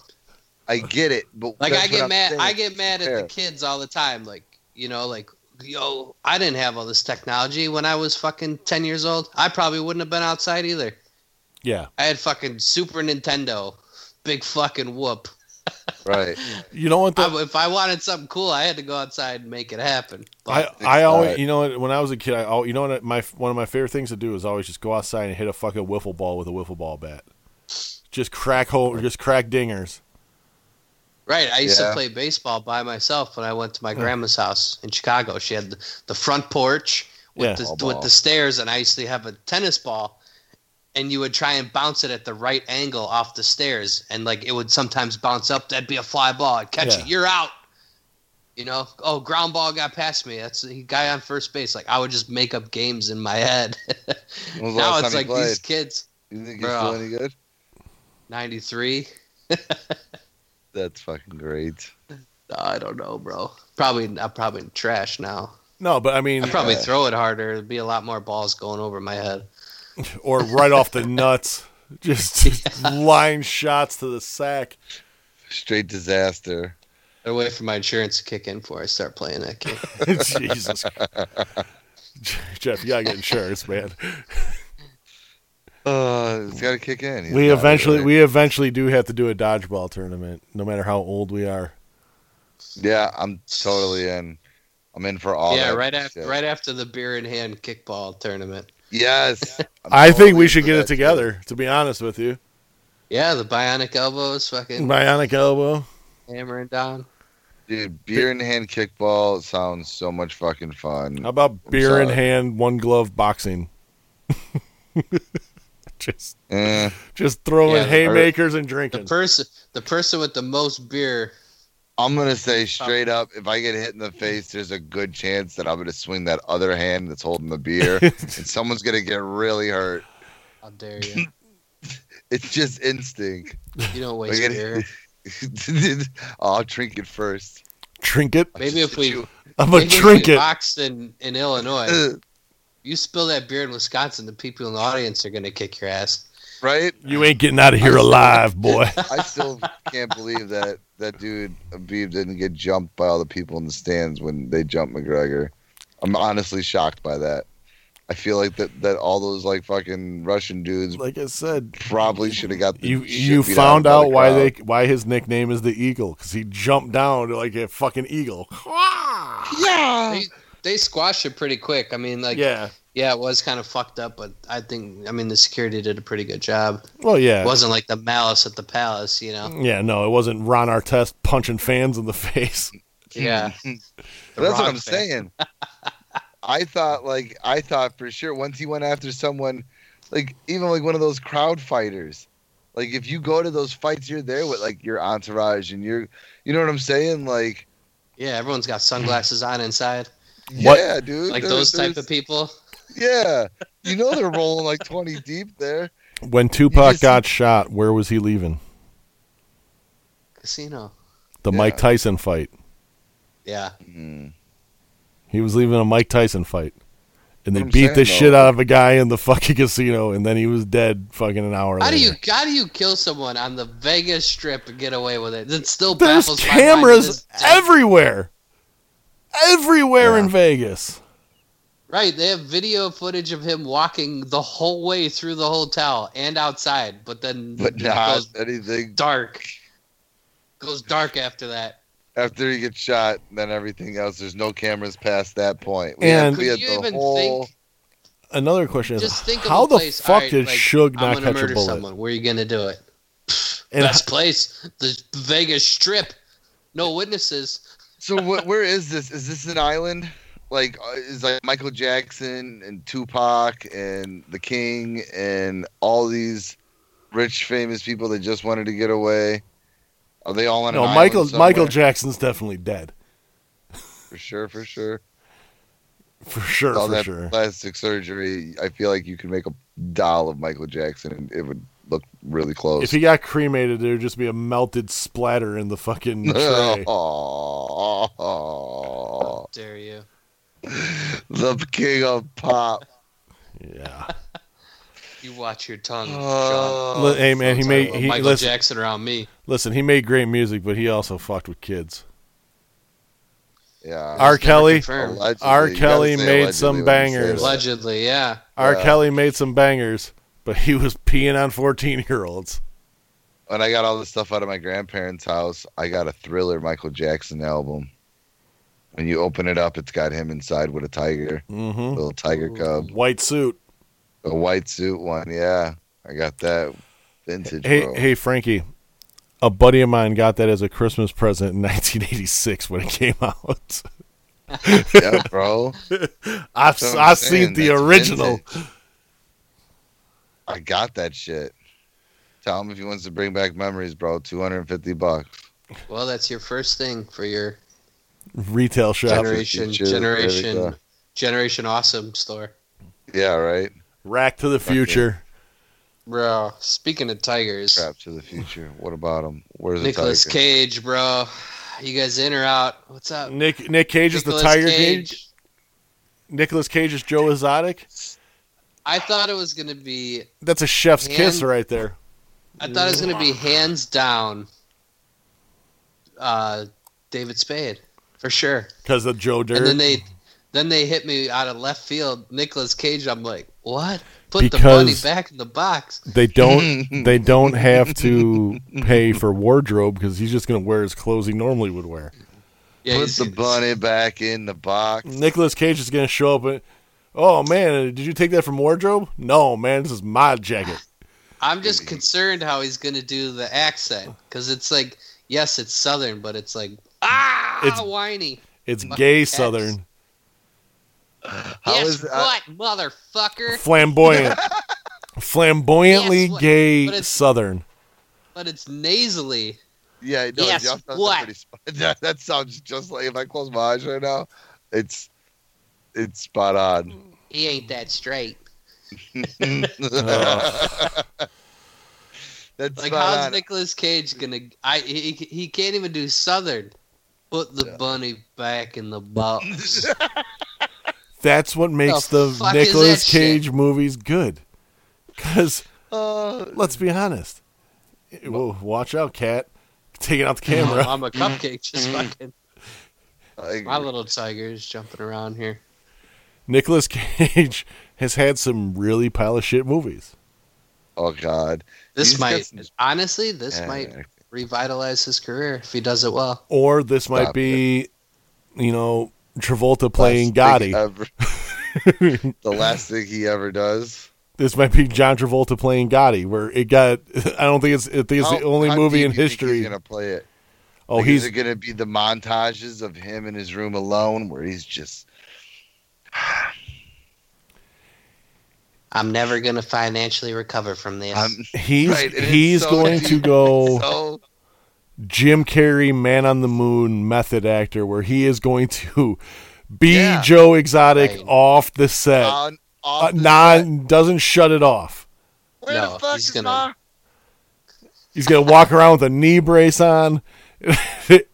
I get it, but
Like
that's
I
what
get
I'm
mad,
saying.
I get mad at
fair.
the kids all the time. Like you know, like yo, I didn't have all this technology when I was fucking ten years old. I probably wouldn't have been outside either.
Yeah.
I had fucking Super Nintendo, big fucking whoop.
right.
You know what? The,
I, if I wanted something cool, I had to go outside and make it happen.
I,
But
I always,
Right.
you know, what, when I was a kid, I al- you know what my one of my favorite things to do is always just go outside and hit a fucking wiffle ball with a wiffle ball bat, just crack hole, just crack dingers.
right, I used
Yeah.
to play baseball by myself when I went to my grandma's house in Chicago. She had the, the front porch with
Yeah.
the
Ball
with
ball.
the stairs, and I used to have a tennis ball, and you would try and bounce it at the right angle off the stairs, and like it would sometimes bounce up. That'd be a fly ball. I'd catch
Yeah.
it. You're out. You know, oh, ground ball got past me. That's the guy on first base. Like I would just make up games in my head.
When was the
now
last
it's
time
like
he played?
these kids,
You think he's
Bruh.
doing any good?
ninety three.
That's fucking great.
I don't know, bro. Probably I'm probably in trash now.
No, but I mean,
I'd probably
Yeah.
throw it harder. It'd be a lot more balls going over my head.
or right off the nuts, just, just line shots to the sack.
Straight disaster.
I'd wait for my insurance to kick in before I start playing that game.
Jesus, Jeff, you gotta get insurance, man.
Uh, it's got to kick in. He's
we
got it,
eventually,
right?
we eventually do have to do a dodgeball tournament, no matter how old we are.
Yeah, I'm totally in. I'm in for all.
yeah,
that
right after
shit.
right after the beer in hand kickball tournament.
Yes. I'm
I think
totally
we
in
should
for
get
that
it
shit.
together. To be honest with you,
Yeah, the bionic elbows, fucking
bionic elbow.
hammering down.
Dude, beer in hand kickball sounds so much fucking fun.
How about beer in
sorry.
hand, one glove boxing? just
Eh,
just throwing
Yeah, the-
haymakers and
The
drinking.
person the person with the most beer
I'm gonna say straight up, if I get hit in the face, there's a good chance that I'm gonna swing that other hand that's holding the beer, and someone's gonna get really hurt.
how dare you.
It's just instinct.
You don't waste
We're
beer.
gonna- oh, I'll drink it first.
Trinket.
Maybe if we
I'm
maybe
a
if we
trinket.
boxed in, in
Uh.
Illinois. You spill that beer in Wisconsin, the people in the audience are gonna kick your ass.
right?
You ain't getting out of here alive, boy.
I still can't believe that that dude Abib didn't get jumped by all the people in the stands when they jumped McGregor. I'm honestly shocked by that. I feel like that that all those like fucking Russian dudes
Like I said,
probably should have got the
you
shit
you
beat uh,
found
of
out
them
why
by the
they
crowd.
why his nickname is the eagle because he jumped down like a fucking eagle.
yeah.
They, they squashed it pretty quick. I mean, like, yeah.
yeah.
it was kind of fucked up, but I think, I mean, the security did a pretty good job.
Well, yeah.
It wasn't like the malice at the palace, you know?
yeah, no, it wasn't Ron Artest punching fans in the face.
Yeah.
But that's
Rock
what I'm
band.
saying. I thought like I thought for sure once he went after someone, like even like one of those crowd fighters. Like if you go to those fights, you're there with like your entourage and your, you know what I'm saying? Like
Yeah, everyone's got sunglasses on inside.
What-
yeah, dude,
Like
there-
those type
there's-
of people.
Yeah, you know they're rolling like 20 deep there.
When Tupac
just-
got shot, where was he leaving?
Casino.
The
Yeah.
Mike Tyson fight.
Yeah.
He was leaving a Mike Tyson fight. and they
I'm
beat the
saying,
shit
though.
out of a guy in the fucking casino, and then he was dead fucking an hour
How
later.
do you how do you kill someone on the Vegas Strip and get away with it? It still
There's
baffles my mind to this
cameras
day.
everywhere, everywhere in
Yeah.
Vegas.
Right, they have video footage of him walking the whole way through the hotel and outside, but then
But
it
not
goes
anything
dark. Goes dark after that.
after he gets shot. Then everything else. There's no cameras past that point.
And-
had, we
Could
had
you
the
even
whole.
think-
Another question is:
Just think of
How
a
the
place,
fuck
alright,
did
like,
Shug
I'm
not
gonna
catch a
murder
bullet?
someone. Where are you gonna do it?
And
Best place, the Vegas Strip. No witnesses.
So wh- where is this? Is this an island? Like uh, is like Michael Jackson and Tupac and the King and all these rich famous people that just wanted to get away. Are they all on
no,
an
Michael
island somewhere?
Michael Jackson's definitely dead
for sure, for sure.
for sure,
all
for
that
sure.
plastic surgery, I feel like you could make a doll of Michael Jackson and it would look really close.
If he got cremated, there'd just be a melted splatter in the fucking
Oh.
tray.
Aw.
Dare you?
the king of pop.
yeah.
You watch your tongue, Sean.
Oh,
Li- hey man, he
Sounds
made
like
he,
Michael
listen,
Jackson around me.
listen, he made great music, but he also fucked with kids.
yeah.
R.
It's never
Kelly,
confirmed.
Allegedly.
R.
You gotta
Kelly
say
made some
allegedly when you say
bangers.
that.
Allegedly, yeah.
R.
Yeah.
Kelly made some bangers, but he was peeing on fourteen year olds.
When I got all this stuff out of my grandparents' house, I got a Thriller Michael Jackson album. When you open it up, it's got him inside with a tiger,
Mm-hmm.
little tiger cub,
White suit.
a white suit one. Yeah, I got that vintage.
Hey,
bro.
hey, Frankie. A buddy of mine got that as a Christmas present in 1986 when it came out.
yeah, bro.
I've
That's what I'm
I've seen
saying,
the
that's
original.
vintage. I got that shit. Tell him if he wants to bring back memories, bro. Two hundred and fifty bucks.
Well, that's your first thing for your
retail shop.
Gener-
generation,
Future, there we
generation,
go.
generation awesome store.
Yeah, right.
Rack to the future.
Bro, speaking of tigers,
Crap to the future. What about him? Where's the
Nicholas
tiger?
Cage, bro. You guys in or out? What's up?
Nick Nick Cage is the
Nicolas
Tiger Cage. Nicholas Cage is Joe Exotic.
I thought it was gonna be.
That's a chef's
And-
kiss right there.
I thought it was gonna be hands down. Uh, David Spade, for sure.
Because of Joe Dirt.
And then they, then they hit me out of left field. Nicholas Cage. I'm like, what? Put
Because-
the money back in the box.
they don't they don't have to pay for wardrobe because he's just going to wear his clothes he normally would wear.
Yeah,
Put
he's-
the bunny back in the box.
Nicholas Cage is going to show up and oh man, did you take that from wardrobe? No, man, this is my jacket.
I'm just concerned how he's gonna do the accent because it's like, yes, it's southern, but it's like ah,
It's-
whiny.
It's
My
gay
ex.
Southern
How
yes,
is-
what,
I-
motherfucker?
flamboyant, flamboyantly
Yes, what-
gay
but it's-
Southern.
But it's nasally.
Yeah, I know.
Yes,
Jeff sounds
what?
pretty sp- that, that sounds just like if I close my eyes right now, it's it's spot on.
He ain't that straight.
That's
Like,
spot
how's
on.
Nicolas Cage gonna? I he, he can't even do southern. Put the
Yeah.
bunny back in the box.
That's what makes
The
the,
fuck is that
Nicolas
shit?
Cage movies good. Because
Uh,
let's be honest. Whoa, watch out, cat! Taking out the camera.
I'm a cupcake. Just
Mm-hmm.
fucking
like,
my little tiger is jumping around here.
Nicolas Cage has had some really pile of shit movies.
oh God,
This
He's got
might
some-
honestly, this
Yeah,
might revitalize his career if he does it well.
Or this might
Stop
be, you know, Travolta playing
last thing
Gotti.
ever- the last thing he ever does.
this might be John Travolta playing Gotti, where it got. I don't think it's. I think it's the
How-
only
how
movie
deep
in
you think He's
history.
gonna play it.
oh,
Like, is
he's
it gonna be the montages of him in his room alone, where he's just
I'm never gonna financially recover from this.
I'm
he's
right, and it's
he's
so
going to
deep.
go
so
Jim Carrey, man on the moon, method actor, where he is going to be
Yeah.
Joe Exotic
Right.
off the set,
on,
uh,
off the set.
non doesn't shut it off.
Where
No,
the fuck
he's
is
gonna-
my-
He's gonna walk around with a knee brace on and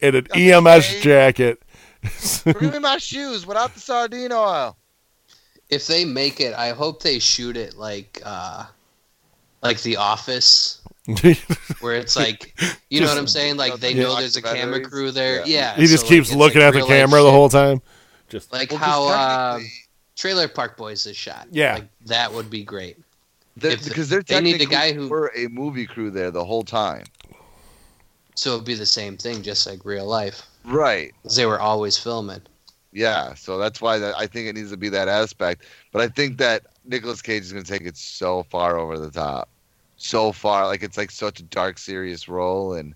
an
Okay.
EMS jacket.
Bring me my shoes without the sardine oil.
if they make it, I hope they shoot it like uh like The Office,
he
where it's like you know
Just-
what I'm saying. Like they
Yeah.
know there's a camera
Documentaries.
crew there.
Yeah.
Yeah,
just
so, like,
keeps
it's,
looking
like,
at the
real life
camera the
shit.
whole time. Just
Like
Well, 'cause
how uh,
technically-
Trailer Park Boys is shot.
Yeah.
like, that would be great.
They're,
If-
because they're
they need the
technically
guy who-
were a movie crew there the whole time.
So it'd be the same thing, just like real life.
Right.
'Cause They were always filming.
Yeah. So that's why that, I think it needs to be that aspect. But I think that Nicolas Cage is going to take it so far over the top, so far. Like it's like such a dark, serious role, and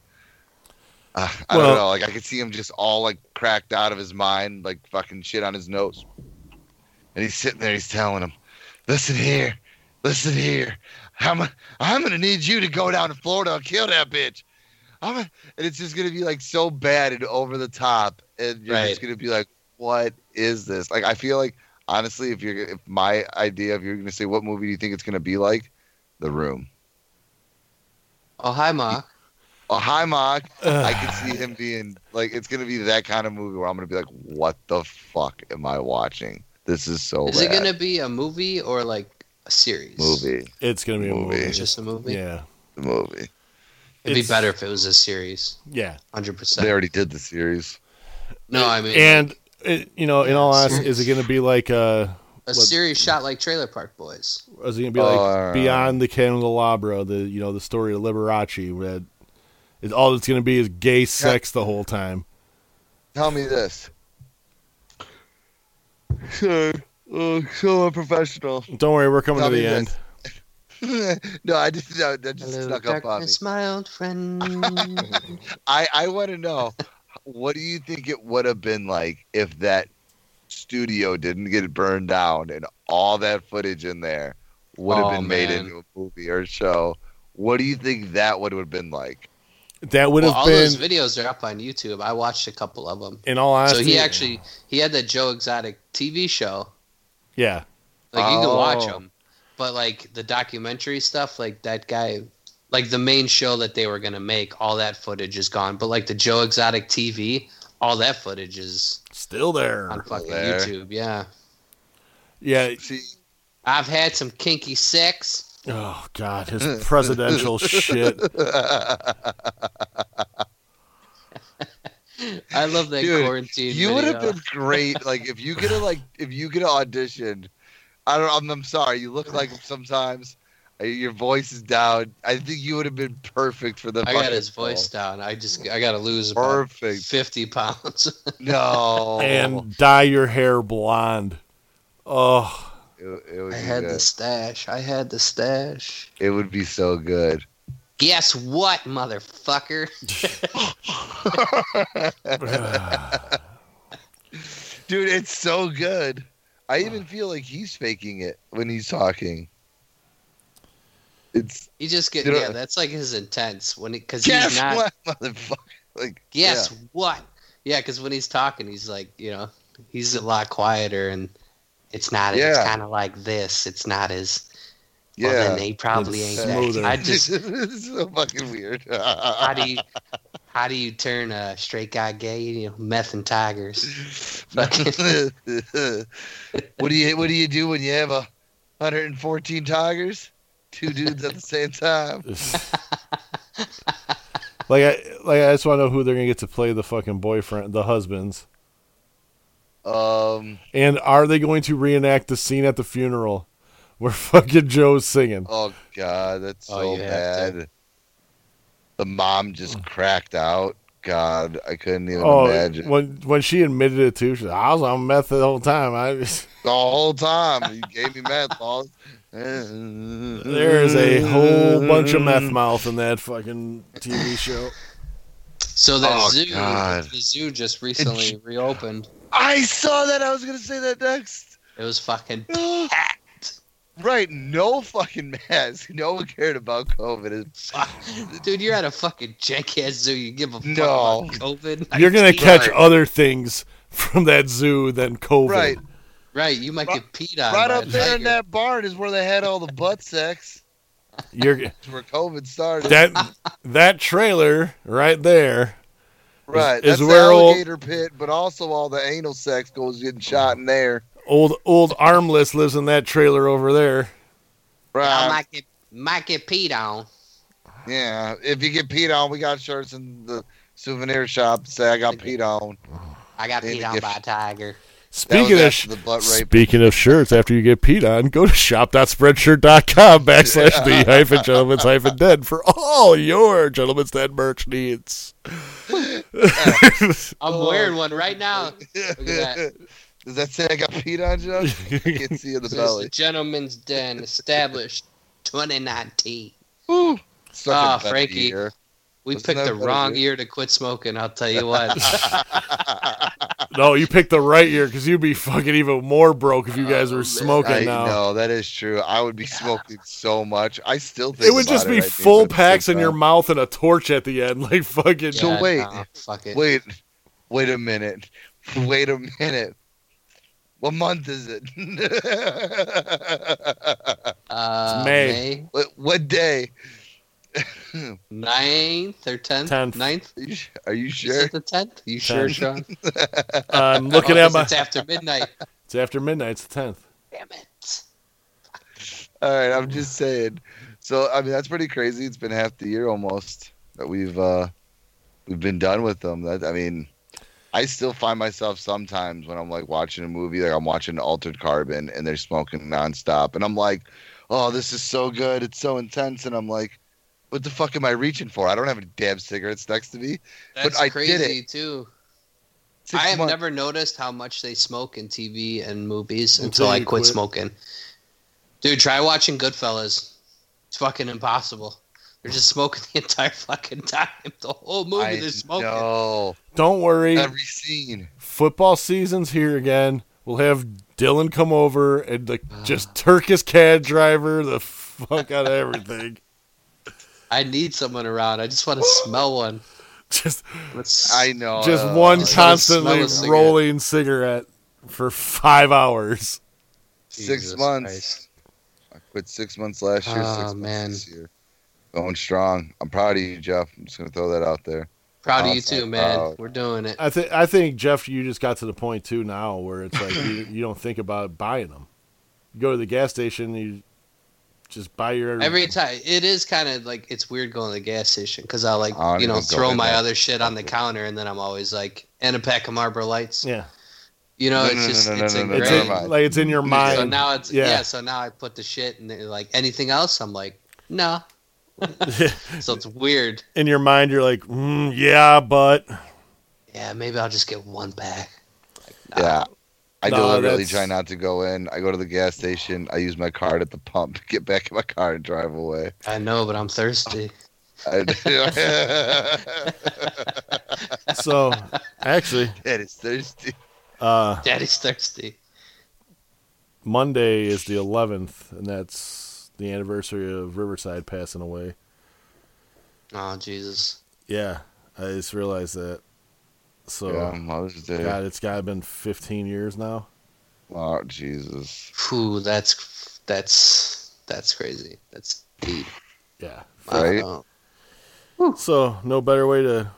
uh, I
Well-
don't know. Like I could see him just all like cracked out of his mind, like fucking shit on his nose. And he's sitting there. He's telling him, "Listen here, listen here. I'm I'm gonna need you to go down to Florida and kill that bitch." I'm and it's just gonna be like so bad and over the top, and you're
Right.
just gonna be like, "What is this?" Like I feel like honestly, if you're if my idea if you're gonna say what movie do you think it's gonna be like, The Room.
Oh hi Ma.
Oh hi, Mock.
Ugh.
I can see him being like it's gonna be that kind of movie where I'm gonna be like, "What the fuck am I watching? This is so
Is
bad."
it gonna be a movie or like a series?
movie?
it's gonna be a movie.
Movie.
Just a movie.
Yeah,
The movie.
It'd
It's-
be better if it was a series.
yeah.
Hundred
They
percent.
already did the series.
No, I mean
And it, you know, in all honesty, is it gonna be like uh,
a
what-
series shot like Trailer Park Boys.
is it gonna be like
Oh,
Beyond the Candelabra, the you know the story of Liberace, where that is all it's gonna be is gay sex the whole time.
tell me this. So, uh, so unprofessional.
Don't worry, we're coming
Tell
to
me
the end.
this. no, I just no, that just
Hello,
snuck up on me.
darkness, my old friend.
I I want to know, what do you think it would have been like if that studio didn't get burned down and all that footage in there would have
Oh,
been made
man.
into a movie or show? What do you think that would have been like?
That would
well,
have
all
been,
those videos are up on YouTube. I watched a couple of them.
in all honesty,
So he actually he had that Joe Exotic TV show.
yeah,
Like you can watch
Oh.
them, but like the documentary stuff, like that guy, like the main show that they were gonna make, all that footage is gone. But like the Joe Exotic TV, all that footage is
still
on
there.
fucking
There.
YouTube. Yeah,
Yeah.
See,
I've had some kinky sex.
Oh God, his presidential shit.
I love that
Dude,
quarantine.
you would have
video.
been great. Like if you could have like if you could have auditioned. I don't. I'm, I'm sorry. You look like him sometimes. Uh, Your voice is down. I think you would have been perfect for the.
I got
fucking
his voice down. I just I gotta lose about
Perfect.
fifty pounds.
No.
and dye your hair blonde. Oh,
it, it would
I
be
had
good.
the stash. I had the stash.
It would be so good.
Guess what, motherfucker?
Dude, it's so good. I even feel like he's faking it when he's talking. It's
He just get
You know-
yeah. That's like his intense when because
guess
he's not.
what, motherfucker. Like
Guess what? Yeah, because when he's talking, he's like you know he's a lot quieter and it's not. It's
Yeah.
kind of like this. It's not as. Yeah. Well,
yeah,
then he probably
It's
ain't.
smoother.
That. I just
it's so fucking weird.
how do you how do you turn a straight guy gay? You know, meth and tigers.
what do you What do you do when you have a 114 tigers, two dudes at the same time?
like I like I just want to know who they're gonna get to play the fucking boyfriend, the husbands,
Um.
and are they going to reenact the scene at the funeral where fucking Joe's singing?
Oh God, that's
Oh,
so
you have to.
bad. The mom just cracked out. God, I couldn't even
Oh,
imagine
when when she admitted it too, she's like, I was on meth the whole time. I just,
the whole time. You gave me meth. all- there
there is a whole bunch of meth mouth in that fucking TV show.
So that
Oh,
zoo,
God.
the zoo just recently reopened.
I saw that. I was gonna say that next.
It was fucking
right, no fucking mask. No one cared about COVID. It's-
Dude, you're at a fucking jackass zoo. You give a fuck
No.
about COVID.
You're gonna
19?
catch other things from that zoo than COVID.
Right,
right. You might
Right-
get peed on.
right
by a
up there in
tiger.
that barn is where they had all the butt sex.
You're
It's where COVID started.
that that trailer right there.
Right,
is
that's the
where all-
alligator pit, but also all the anal sex goes getting shot in there.
Old old armless lives in that trailer over there.
I Oh
Bruh,
might get might get peed on.
yeah, if you get peed on, we got shirts in the souvenir shop. Say I got peed on.
I got
Need to
peed on
get-
by a tiger.
That was
Speaking of
after
sh-
the butt rape.
speaking of shirts, after you get peed on, go to shop.spreadshirt.com backslash the hyphen gentleman's hyphen dead for all your gentleman's dead merch needs.
I'm
Oh.
wearing one right now. Look at that.
Does that say I got peed on, Joe? I can't see in the
This is the
belly.
Gentleman's Den, established 2019.
Ooh.
Ah,
Sucking butt
Frankie.
eater.
We
Wasn't
picked
that
the
better,
wrong
dude?
year to quit smoking. I'll tell you what.
No, you picked the right year because you'd be fucking even more broke if you guys
Oh,
were
man.
smoking
I
now.
know that is true. I would be smoking so much. I still think
It would just
about
be
right now,
full
but at the
packs
same
in your
time.
mouth and a torch at the end, like fucking.
So wait.
nah, fuck it.
Wait, wait a minute. Wait a minute. What month is it?
Uh,
It's May.
May.
what, what day?
9th or 10th?
Tenth.
9th?
Are you, sh- are you
Is
sure?
it the 10th? You sure,
Tenth.
Sean?
I'm uh, looking
Oh,
at
'cause
my.
It's after midnight.
It's after midnight. It's the tenth.
Damn it.
All right, I'm just saying. So I mean, that's pretty crazy. It's been half the year almost that we've uh we've been done with them. That I mean, I still find myself sometimes when I'm like watching a movie, like I'm watching Altered Carbon, and they're smoking nonstop, and I'm like, oh, this is so good. It's so intense, and I'm like. What the fuck am I reaching for? I don't have any damn cigarettes next to me.
That's
I did
crazy, too.
Six
I have
months-
never noticed how much they smoke in TV and movies
Until
until I
you
quit,
quit.
smoking. Dude, try watching Goodfellas. It's fucking impossible. They're just smoking the entire fucking time. The whole movie
I
they're smoking.
know.
Don't worry.
Every scene.
Football season's here again. We'll have Dylan come over and like
Ah.
just Turkish cad driver the fuck out of everything.
I need someone around. I just want to smell one.
Just
Let's,
I know.
just
uh,
one
Oh, like-
constantly
Smell a cigarette.
rolling cigarette for five hours.
six
Jesus
months.
Christ.
I quit six months last year.
Oh,
six
man.
months this year. Going strong. I'm proud of you, Jeff. I'm just gonna throw that out there.
Proud of you
Awesome.
too, man.
Oh.
We're doing it.
I think I think Jeff, you just got to the point too now where it's like you, you don't think about buying them. You go to the gas station, you just buy your
Every time it is kind of like it's weird going to the gas station because I like
I don't
you know
even go
throw
in
my
there.
other shit on the counter and then I'm always like and a pack of Marlboro Lights.
yeah.
You know,
No,
it's
no, no,
just
no, no,
it's
no,
It's
no, Never
in,
ingrained.
mind.
like it's in your mind.
So now it's
Yeah.
yeah. So now I put the shit and they're like anything else, I'm like no. So it's weird.
in your mind, you're like, mm, yeah, but
Yeah, maybe I'll just get one pack.
Yeah. I
Nah,
deliberately
that's-
try not to go in. I go to the gas station. I use my card at the pump. Get back in my car and drive away.
I know, but I'm thirsty.
I-
so actually,
That is thirsty.
uh,
Daddy's thirsty.
Monday is the 11th, and that's the anniversary of Riverside passing away.
Oh Jesus.
Yeah, I just realized that. So,
yeah, I was there.
God, it's got to been 15 years now.
Oh Jesus.
Phew, that's that's that's crazy. That's deep.
Yeah.
I don't
Right?
know.
So, no better way to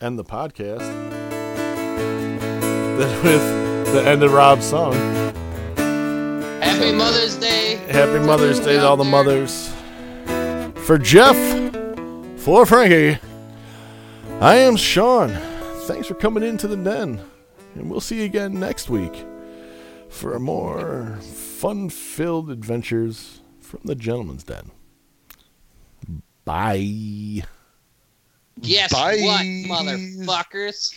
end the podcast than with the end of Rob's song.
Happy Mother's Day.
Happy Mother's Day to all the mothers. For Jeff, for Frankie, I am Sean. Thanks for coming into the den, and we'll see you again next week for more fun filled adventures from the gentleman's den. Bye.
Yes,
Bye.
what, motherfuckers?